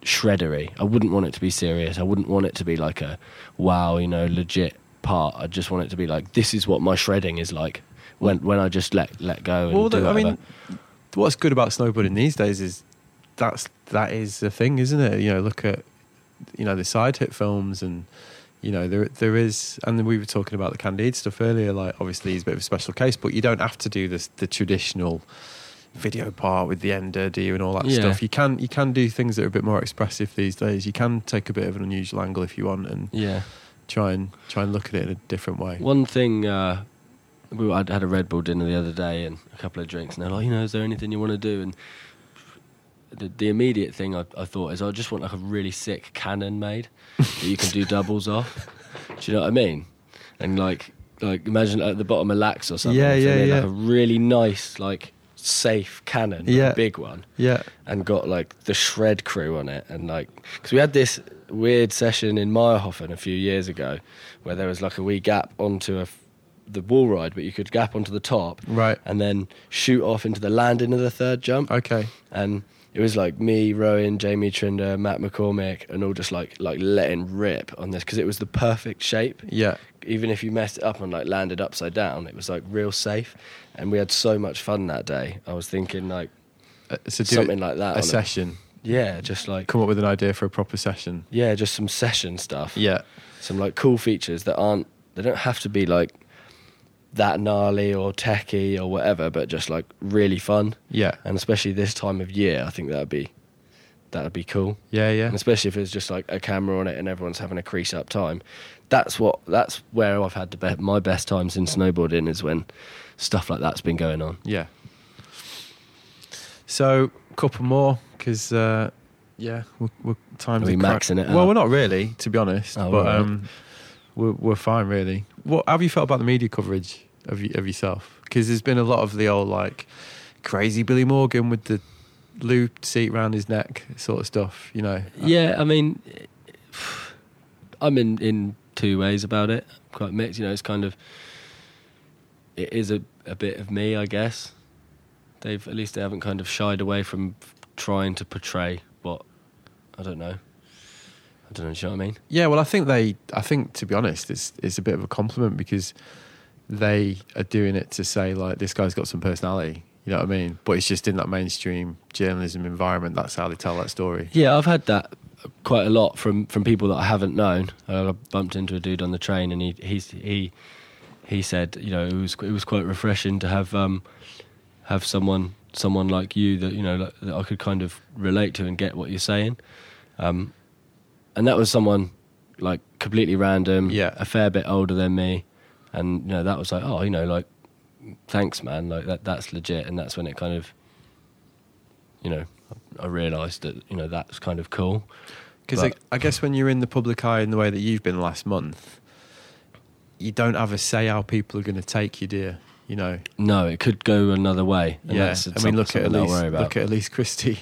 [SPEAKER 2] shreddery. I wouldn't want it to be serious. I wouldn't want it to be like a wow, you know, legit part. I just want it to be like this is what my shredding is like when when I just let let go. And
[SPEAKER 1] Well,
[SPEAKER 2] do
[SPEAKER 1] the, I mean,
[SPEAKER 2] whatever.
[SPEAKER 1] what's good about snowboarding these days is that's that is the thing, isn't it? You know, look at you know the side hit films, and you know there there is, and we were talking about the Candide stuff earlier. Like, obviously, he's a bit of a special case, but you don't have to do this the traditional video part with the ender, do you, and all that
[SPEAKER 2] Yeah.
[SPEAKER 1] stuff. You can you can do things that are a bit more expressive these days. You can take a bit of an unusual angle if you want, and
[SPEAKER 2] yeah.
[SPEAKER 1] try and try and look at it in a different way.
[SPEAKER 2] One thing, uh, we were, I'd had a Red Bull dinner the other day and a couple of drinks, and they're like, you know, is there anything you want to do? And the, the immediate thing I, I thought is, I just want like a really sick cannon made that you can do doubles off. Do you know what I mean? and like like imagine at the bottom of Lax or something.
[SPEAKER 1] Yeah,
[SPEAKER 2] if they
[SPEAKER 1] yeah,
[SPEAKER 2] made,
[SPEAKER 1] yeah.
[SPEAKER 2] Like a really nice like safe cannon, like
[SPEAKER 1] Yeah.
[SPEAKER 2] a big one,
[SPEAKER 1] Yeah.
[SPEAKER 2] and got like the shred crew on it, and like because we had this weird session in Meyerhofen a few years ago where there was like a wee gap onto a f the wall ride, but you could gap onto the top,
[SPEAKER 1] Right.
[SPEAKER 2] and then shoot off into the landing of the third jump
[SPEAKER 1] Okay.
[SPEAKER 2] and it was like me, Rowan, Jamie Trinder, Matt McCormick, and all just like like letting rip on this because it was the perfect shape.
[SPEAKER 1] Yeah.
[SPEAKER 2] Even if you messed it up and like landed upside down, it was like real safe. And we had so much fun that day. I was thinking like
[SPEAKER 1] Uh, so do
[SPEAKER 2] something
[SPEAKER 1] it,
[SPEAKER 2] like
[SPEAKER 1] a
[SPEAKER 2] that. on a-
[SPEAKER 1] session.
[SPEAKER 2] yeah, just like
[SPEAKER 1] Come up with an idea for a proper session.
[SPEAKER 2] yeah, just some session stuff.
[SPEAKER 1] Yeah.
[SPEAKER 2] some like cool features that aren't they don't have to be like that gnarly or techy or whatever, but just like really fun.
[SPEAKER 1] Yeah.
[SPEAKER 2] And especially this time of year, I think that'd be that'd be cool.
[SPEAKER 1] Yeah.
[SPEAKER 2] and
[SPEAKER 1] Yeah.
[SPEAKER 2] especially if there's just like a camera on it and everyone's having a crease up time. That's what that's where I've had the be- my best times in snowboarding is when stuff like that's been going on.
[SPEAKER 1] Yeah. So, couple more because uh, yeah, we're, we're time's
[SPEAKER 2] Are we
[SPEAKER 1] a crack-
[SPEAKER 2] maxing it
[SPEAKER 1] Well,
[SPEAKER 2] out?
[SPEAKER 1] we're not really, to be honest,
[SPEAKER 2] Oh,
[SPEAKER 1] but
[SPEAKER 2] all right.
[SPEAKER 1] um, we're we're fine really. What how have you felt about the media coverage of you, of yourself? Because there's been a lot of the old like crazy Billy Morgan with the looped seat round his neck sort of stuff. You know.
[SPEAKER 2] Uh, Yeah, I mean, I'm in in two ways about it. Quite mixed, you know. It's kind of it is a a bit of me, I guess. They've at least they haven't kind of shied away from trying to portray what I don't know. I don't know. Do you know what I mean?
[SPEAKER 1] Yeah, well, I think they. I think to be honest, it's it's a bit of a compliment because they are doing it to say like this guy's got some personality. You know what I mean? But it's just in that mainstream journalism environment. That's how they tell that story.
[SPEAKER 2] Yeah, I've had that quite a lot from from people that I haven't known. Uh, I bumped into a dude on the train, and he he's, he he said, you know, it was it was quite refreshing to have um have someone someone like you that you know like, that I could kind of relate to and get what you're saying. Um, and that was someone like completely random,
[SPEAKER 1] Yeah.
[SPEAKER 2] a fair bit older than me, and you know that was like, oh, you know, like thanks, man, like that that's legit, and that's when it kind of you know. I realised that you know that's kind of cool.
[SPEAKER 1] Because I,
[SPEAKER 2] But-
[SPEAKER 1] I guess when you're in the public eye in the way that you've been last month, you don't have a say how people are going to take you, dear. You know.
[SPEAKER 2] No, it could go another way. and
[SPEAKER 1] yeah.
[SPEAKER 2] that's
[SPEAKER 1] I mean,
[SPEAKER 2] some-
[SPEAKER 1] look at
[SPEAKER 2] something I'll
[SPEAKER 1] Elise.
[SPEAKER 2] worry about.
[SPEAKER 1] Look at Elise Christie.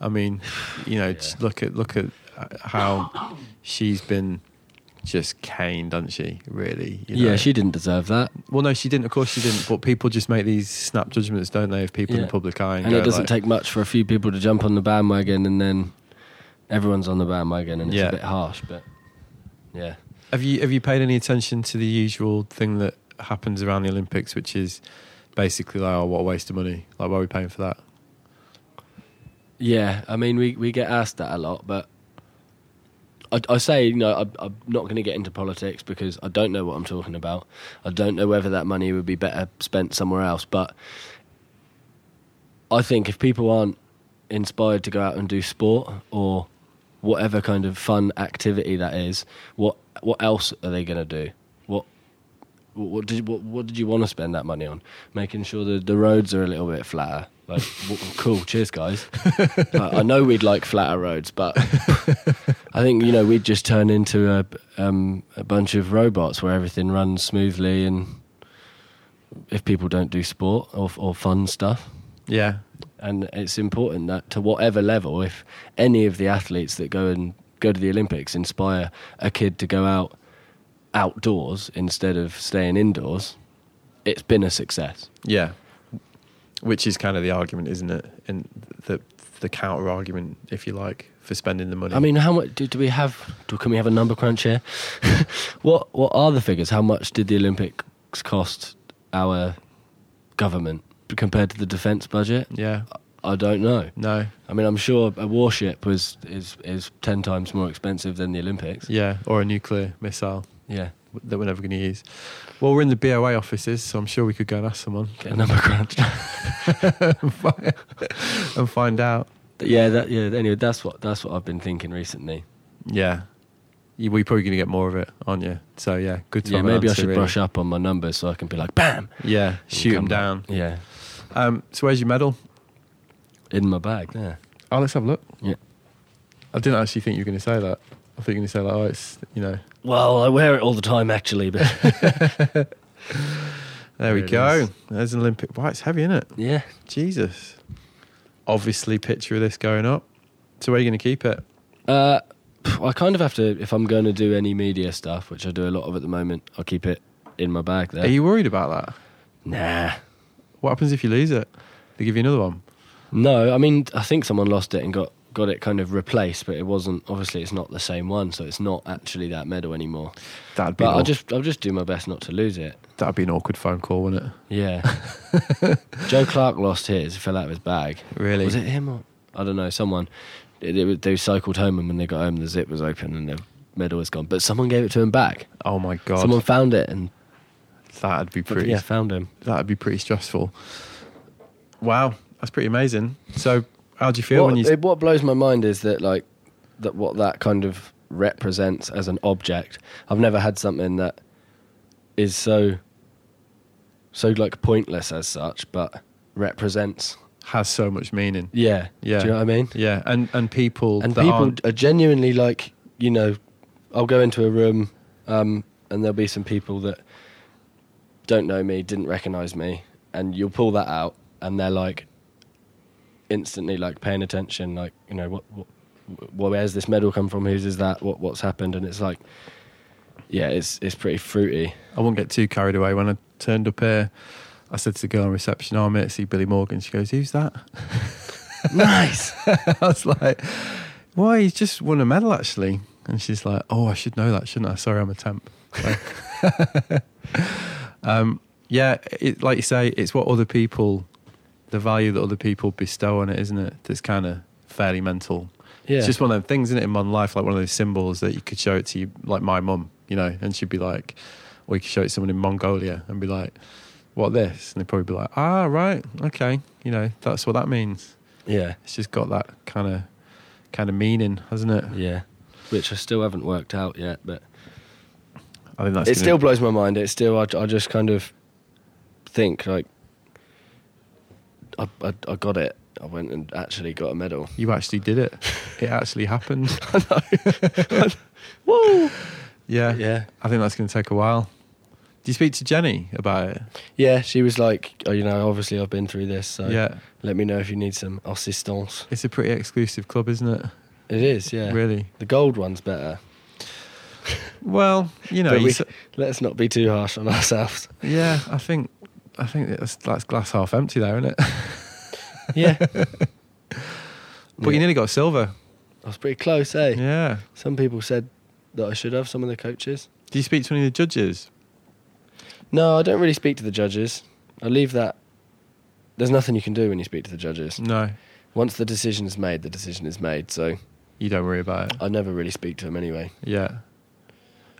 [SPEAKER 1] I mean, you know,
[SPEAKER 2] Yeah.
[SPEAKER 1] just look at look at uh, how she's been just caned, doesn't she? Really? you know?
[SPEAKER 2] Yeah, she didn't deserve that,
[SPEAKER 1] Well, no, she didn't. Of course, she didn't. But people just make these snap judgments, don't they, of people in
[SPEAKER 2] Yeah.
[SPEAKER 1] the public eye?
[SPEAKER 2] and,
[SPEAKER 1] And,
[SPEAKER 2] it
[SPEAKER 1] go
[SPEAKER 2] doesn't
[SPEAKER 1] like-
[SPEAKER 2] take much for a few people to jump on the bandwagon, and then everyone's on the bandwagon, and it's
[SPEAKER 1] Yeah.
[SPEAKER 2] a bit harsh. But yeah,
[SPEAKER 1] Have you have you paid any attention to the usual thing that happens around the Olympics, which is basically like, oh, what a waste of money! Like, why are we paying for that?
[SPEAKER 2] yeah. I mean, we we get asked that a lot, but I, I say you know I, I'm not going to get into politics because I don't know what I'm talking about. I don't know whether that money would be better spent somewhere else, but I think if people aren't inspired to go out and do sport or whatever kind of fun activity that is, what what else are they going to do? What what, what did what, what did you want to spend that money on? Making sure the the roads are a little bit flatter. Like w- cool, cheers guys. Like, I know we'd like flatter roads, but I think you know we'd just turn into a um, a bunch of robots where everything runs smoothly and if people don't do sport or or fun stuff
[SPEAKER 1] Yeah,
[SPEAKER 2] and it's important that to whatever level if any of the athletes that go and go to the olympics inspire a kid to go out outdoors instead of staying indoors it's been a success
[SPEAKER 1] yeah. Which is kind of the argument, isn't it? And the the counter argument, if you like, for spending the money.
[SPEAKER 2] i mean how much do, do we have do, can we have a number crunch here what what are the figures how much did the olympics cost our government compared to the defense budget
[SPEAKER 1] yeah,
[SPEAKER 2] i don't know
[SPEAKER 1] no,
[SPEAKER 2] i mean i'm sure a warship was is is 10 times more expensive than the olympics
[SPEAKER 1] yeah, or a nuclear missile
[SPEAKER 2] yeah
[SPEAKER 1] that we're never going to use. Well, we're in the BOA offices, so I'm sure we could go and ask someone
[SPEAKER 2] get a number crunch
[SPEAKER 1] and find out.
[SPEAKER 2] Yeah, that yeah. Anyway, that's what that's what I've been thinking recently.
[SPEAKER 1] Yeah. You, we're probably going to get more of it, aren't you? So, yeah, good to
[SPEAKER 2] yeah,
[SPEAKER 1] have an
[SPEAKER 2] maybe I
[SPEAKER 1] answer,
[SPEAKER 2] should
[SPEAKER 1] really.
[SPEAKER 2] brush up on my numbers so I can be like, bam,
[SPEAKER 1] Yeah,
[SPEAKER 2] and
[SPEAKER 1] shoot
[SPEAKER 2] come
[SPEAKER 1] them down.
[SPEAKER 2] back. Yeah,
[SPEAKER 1] Um, so, where's your medal?
[SPEAKER 2] in my bag. Yeah,
[SPEAKER 1] Oh, let's have a look.
[SPEAKER 2] Yeah.
[SPEAKER 1] I didn't actually think you were going to say that. I think you're going to say like, oh, it's you know.
[SPEAKER 2] Well, I wear it all the time actually, but
[SPEAKER 1] There we
[SPEAKER 2] There it
[SPEAKER 1] go.
[SPEAKER 2] is.
[SPEAKER 1] There's an Olympic. Wow, it's heavy, isn't it?
[SPEAKER 2] yeah,
[SPEAKER 1] Jesus. Obviously, picture of this going up. So where are you going to keep it?
[SPEAKER 2] Uh, pff, I kind of have to, if I'm going to do any media stuff, which I do a lot of at the moment, I'll keep it in my bag there.
[SPEAKER 1] Are you worried about that?
[SPEAKER 2] nah.
[SPEAKER 1] What happens if you lose it? They give you another one.
[SPEAKER 2] No, I mean, I think someone lost it and got, got it kind of replaced, but it wasn't, obviously, it's not the same one, so it's not actually that medal anymore.
[SPEAKER 1] That'd be
[SPEAKER 2] But
[SPEAKER 1] an
[SPEAKER 2] I'll
[SPEAKER 1] aw-
[SPEAKER 2] just, I'll just do my best not to lose it.
[SPEAKER 1] that'd be an awkward phone call, wouldn't it?
[SPEAKER 2] Yeah. Joe Clark lost his, it fell out of his bag.
[SPEAKER 1] Really?
[SPEAKER 2] Was it him or? I don't know, someone. It, it, was- they cycled home and when they got home, the zip was open and the medal was gone, but someone gave it to him back.
[SPEAKER 1] Oh my god.
[SPEAKER 2] Someone found it and
[SPEAKER 1] That'd be pretty.
[SPEAKER 2] yeah, found him.
[SPEAKER 1] That'd be pretty stressful. Wow, that's pretty amazing. So how do you feel
[SPEAKER 2] what,
[SPEAKER 1] when you?
[SPEAKER 2] it- what blows my mind is that like that what that kind of represents as an object. I've never had something that is so so like pointless as such, but represents.
[SPEAKER 1] has so much meaning.
[SPEAKER 2] Yeah,
[SPEAKER 1] Yeah.
[SPEAKER 2] Do you know what I mean?
[SPEAKER 1] Yeah, and and people
[SPEAKER 2] And
[SPEAKER 1] that
[SPEAKER 2] people
[SPEAKER 1] aren't-
[SPEAKER 2] are genuinely like you know, I'll go into a room um, and there'll be some people that don't know me, didn't recognize me, and you'll pull that out, and they're like instantly like paying attention, like you know what, what wh- where's this medal come from? Whose is that? What what's happened? And it's like, yeah, it's it's pretty fruity.
[SPEAKER 1] I won't get too carried away. When I turned up here, I said to the girl on reception, "Oh, I'm here to see Billy Morgan." She goes, "Who's that?"
[SPEAKER 2] nice.
[SPEAKER 1] I was like, "Why? He's just won a medal, actually." And she's like, "Oh, I should know that, shouldn't I? Sorry, I'm a temp." So- um, yeah, it, like you say, it's what other people, the value that other people bestow on it, isn't it? That's kind of fairly mental.
[SPEAKER 2] Yeah.
[SPEAKER 1] It's just one of them things, isn't it, in modern life, like one of those symbols that you could show it to you, like my mum, you know, and she'd be like, or you could show it to someone in Mongolia and be like, what this? And they'd probably be like, ah, right, okay, you know, that's what that means.
[SPEAKER 2] yeah,
[SPEAKER 1] It's just got that kind of kind of meaning, hasn't it?
[SPEAKER 2] yeah. Which I still haven't worked out yet, but
[SPEAKER 1] I think that's
[SPEAKER 2] it
[SPEAKER 1] gonna-
[SPEAKER 2] still blows my mind. It still, I, I just kind of think like, I, I, I got it. I went and actually got a medal.
[SPEAKER 1] you actually did it. It actually happened.
[SPEAKER 2] Woo!
[SPEAKER 1] Yeah.
[SPEAKER 2] Yeah,
[SPEAKER 1] I think that's going to take a while. Do you speak to Jenny about it?
[SPEAKER 2] yeah. She was like, oh, you know, obviously I've been through this, so
[SPEAKER 1] Yeah.
[SPEAKER 2] let me know if you need some assistance.
[SPEAKER 1] It's a pretty exclusive club, isn't it?
[SPEAKER 2] It is, yeah.
[SPEAKER 1] Really.
[SPEAKER 2] The gold one's better.
[SPEAKER 1] Well, you know,
[SPEAKER 2] But
[SPEAKER 1] you
[SPEAKER 2] we-
[SPEAKER 1] s-
[SPEAKER 2] Let's not be too harsh on ourselves.
[SPEAKER 1] yeah, I think I think that's, that's glass half empty there, isn't it?
[SPEAKER 2] Yeah.
[SPEAKER 1] But you
[SPEAKER 2] Yeah.
[SPEAKER 1] nearly got silver.
[SPEAKER 2] I was pretty close, eh?
[SPEAKER 1] Yeah.
[SPEAKER 2] Some people said that I should have. Some of the coaches.
[SPEAKER 1] Do you speak to any of the judges?
[SPEAKER 2] No, I don't really speak to the judges. I leave that. There's nothing you can do when you speak to the judges.
[SPEAKER 1] No.
[SPEAKER 2] Once the decision is made, the decision is made. So
[SPEAKER 1] You don't worry about it.
[SPEAKER 2] I never really speak to them anyway.
[SPEAKER 1] Yeah.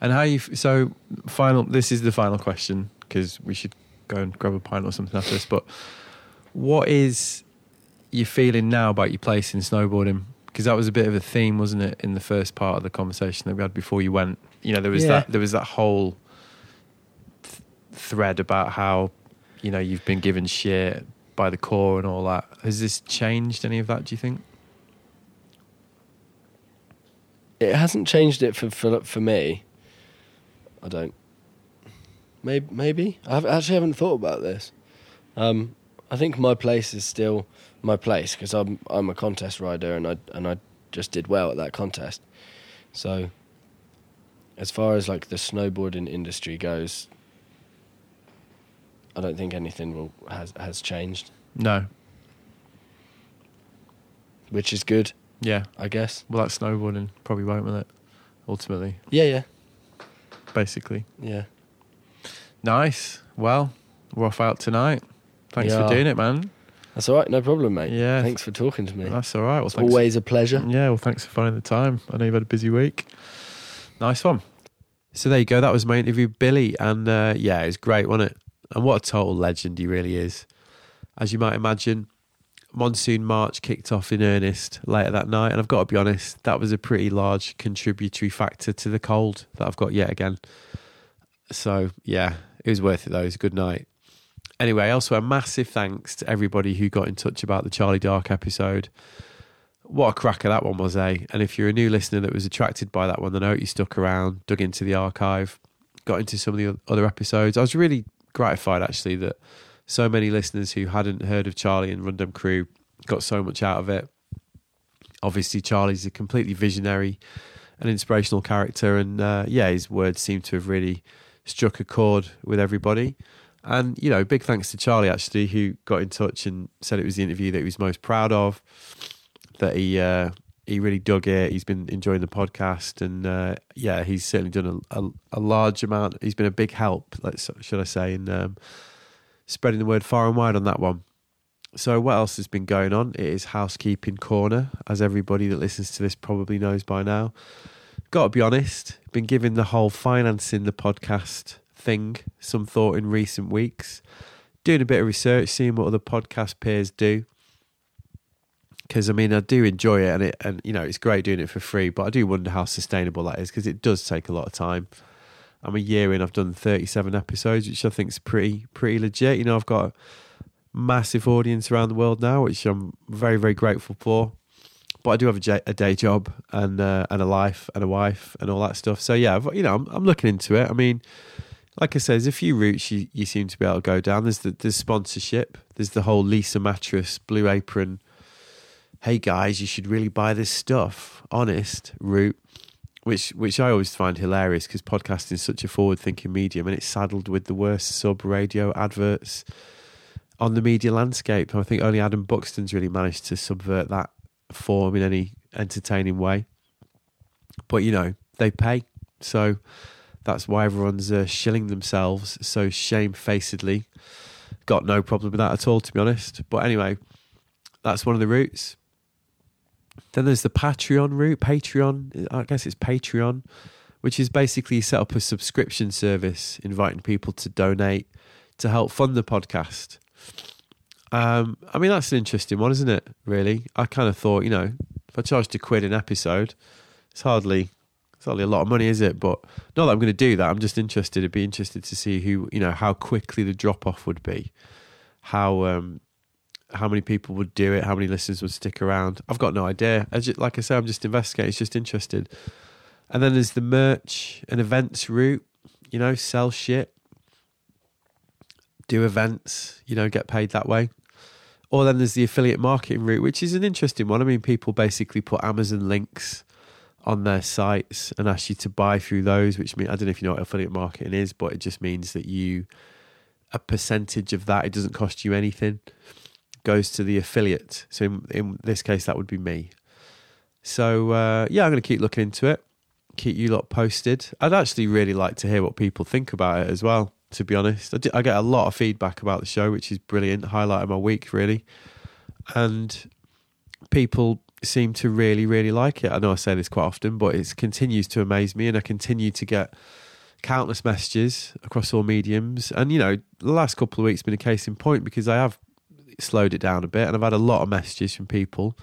[SPEAKER 1] And how you f- so final? This is the final question because we should go and grab a pint or something after this. But what is your feeling now about your place in snowboarding? Because that was a bit of a theme, wasn't it, in the first part of the conversation that we had before you went? You know, there was
[SPEAKER 2] Yeah.
[SPEAKER 1] that there was that whole th- thread about how you know you've been given shit by the core and all that. Has this changed any of that? Do you think?
[SPEAKER 2] It hasn't changed it for for, for me. I don't. Maybe maybe I have actually haven't thought about this. Um, I think my place is still my place because I'm I'm a contest rider and I and I just did well at that contest. So as far as like the snowboarding industry goes, I don't think anything will has has changed,
[SPEAKER 1] No.
[SPEAKER 2] which is good,
[SPEAKER 1] Yeah.
[SPEAKER 2] I guess.
[SPEAKER 1] Well, that's snowboarding. Probably won't will it. Ultimately,
[SPEAKER 2] Yeah, yeah,
[SPEAKER 1] basically.
[SPEAKER 2] yeah.
[SPEAKER 1] Nice. Well, we're off out tonight. Thanks
[SPEAKER 2] Yeah.
[SPEAKER 1] for doing it, man.
[SPEAKER 2] That's all right, no problem, mate.
[SPEAKER 1] Yeah.
[SPEAKER 2] thanks for talking to me.
[SPEAKER 1] That's all right. Well,
[SPEAKER 2] It's
[SPEAKER 1] thanks.
[SPEAKER 2] always a pleasure.
[SPEAKER 1] Yeah. Well, thanks for finding the time. I know you've had a busy week. Nice one. So there you go. That was my interview, with Billy, and uh, yeah, it was great, wasn't it? And what a total legend he really is. As you might imagine, monsoon march kicked off in earnest later that night, and I've got to be honest, that was a pretty large contributory factor to the cold that I've got yet again. So yeah, it was worth it though. It was a good night. Anyway, also a massive thanks to everybody who got in touch about the Charlie Dark episode. What a cracker that one was, eh? And if you're a new listener that was attracted by that one, then I hope you stuck around, dug into the archive, got into some of the other episodes. I was really gratified actually that so many listeners who hadn't heard of Charlie and Rundum Crew got so much out of it. Obviously, Charlie's a completely visionary and inspirational character, and uh, yeah, his words seem to have really struck a chord with everybody. And you know, big thanks to Charlie actually, who got in touch and said it was the interview that he was most proud of, that he uh, he really dug it. He's been enjoying the podcast, and uh, yeah, he's certainly done a, a, a large amount. He's been a big help, let's should I say, in um, spreading the word far and wide on that one. So, what else has been going on? It is housekeeping corner, as everybody that listens to this probably knows by now. Got to be honest, been giving the whole financing the podcast thing some thought in recent weeks. Doing a bit of research, seeing what other podcast peers do. Because I mean, I do enjoy it, and it, and you know, it's great doing it for free. But I do wonder how sustainable that is because it does take a lot of time. I'm a year in. I've done 37 episodes, which I think is pretty pretty legit. You know, I've got a massive audience around the world now, which I'm very very grateful for. But I do have a, j- a day job and uh, and a life and a wife and all that stuff. So yeah, I've, you know, I'm, I'm looking into it. I mean, like I said, there's a few routes you, you seem to be able to go down. There's the there's sponsorship. There's the whole Lisa mattress, Blue Apron. Hey guys, you should really buy this stuff. Honest route which which I always find hilarious because podcasting is such a forward thinking medium and it's saddled with the worst sub radio adverts on the media landscape. And I think only Adam Buxton's really managed to subvert that form in any entertaining way. But you know they pay, so that's why everyone's uh, shilling themselves so shamefacedly. Got no problem with that at all, to be honest. But anyway, that's one of the routes. Then there's the Patreon route. Patreon, I guess it's Patreon, which is basically you set up a subscription service inviting people to donate to help fund the podcast. Um, I mean, that's an interesting one, isn't it? Really, I kind of thought, you know, if I charged a quid an episode, it's hardly it's hardly a lot of money, is it? But not that I'm going to do that. I'm just interested. I'd be interested to see who, you know, how quickly the drop off would be, how um, how many people would do it, how many listeners would stick around. I've got no idea. I just, like I say, I'm just investigating, it's just interested. And then there's the merch and events route, you know, sell shit, do events, you know, get paid that way. Or then there's the affiliate marketing route, which is an interesting one. I mean, people basically put Amazon links on their sites and ask you to buy through those, which means I don't know if you know what affiliate marketing is, but it just means that you, a percentage of that, it doesn't cost you anything goes to the affiliate. So in, in this case, that would be me. So uh, yeah, I'm going to keep looking into it. Keep you lot posted. I'd actually really like to hear what people think about it as well. To be honest, I, do, I get a lot of feedback about the show, which is brilliant. Highlight of my week, really, and people seem to really, really like it. I know I say this quite often, but it continues to amaze me, and I continue to get countless messages across all mediums. And you know, the last couple of weeks been a case in point because I have slowed it down a bit, and I've had a lot of messages from people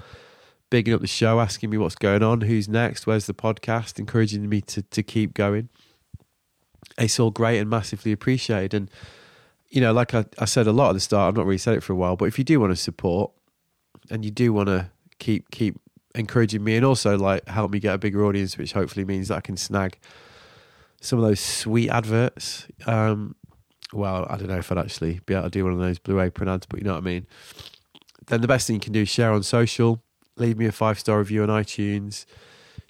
[SPEAKER 1] bigging up the show, asking me what's going on, who's next, where's the podcast, encouraging me to to keep going. It's all great and massively appreciated. And you know, like I, I said a lot at the start, I've not really said it for a while, but if you do want to support and you do want to keep keep encouraging me and also like help me get a bigger audience, which hopefully means that I can snag some of those sweet adverts. Um, well, I don't know if I'd actually be able to do one of those Blue Apron ads, but you know what I mean. Then the best thing you can do is share on social, leave me a five star review on iTunes,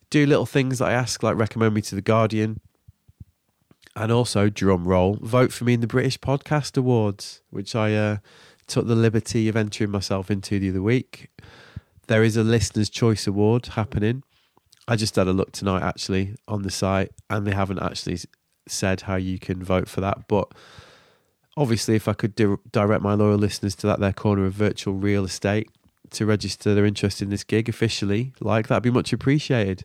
[SPEAKER 1] do little things that I ask, like recommend me to The Guardian, and also, drum roll, vote for me in the British Podcast Awards, which I uh, took the liberty of entering myself into the other week. There is a Listener's Choice Award happening. I just had a look tonight, actually, on the site, and they haven't actually s- said how you can vote for that, but obviously, if I could di- direct my loyal listeners to that their corner of virtual real estate to register their interest in this gig officially, like that'd be much appreciated.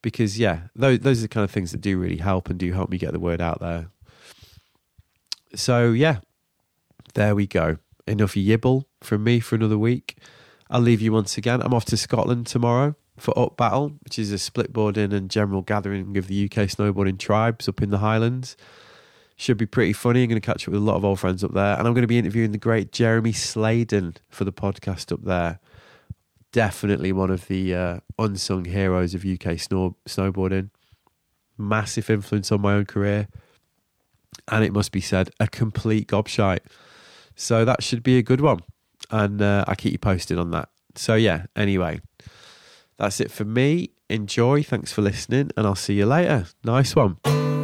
[SPEAKER 1] Because yeah, those those are the kind of things that do really help and do help me get the word out there. So yeah, there we go. Enough yibble from me for another week. I'll leave you once again. I'm off to Scotland tomorrow for Up Battle, which is a splitboarding and general gathering of the UK snowboarding tribes up in the Highlands should be pretty funny. I'm going to catch up with a lot of old friends up there, and I'm going to be interviewing the great Jeremy Sladen for the podcast up there. definitely one of the uh, unsung heroes of UK snow- snowboarding. Massive influence on my own career. And it must be said, a complete gobshite. So that should be a good one. And uh, I keep you posted on that. So, yeah, anyway, that's it for me. Enjoy. Thanks for listening. And I'll see you later. Nice one.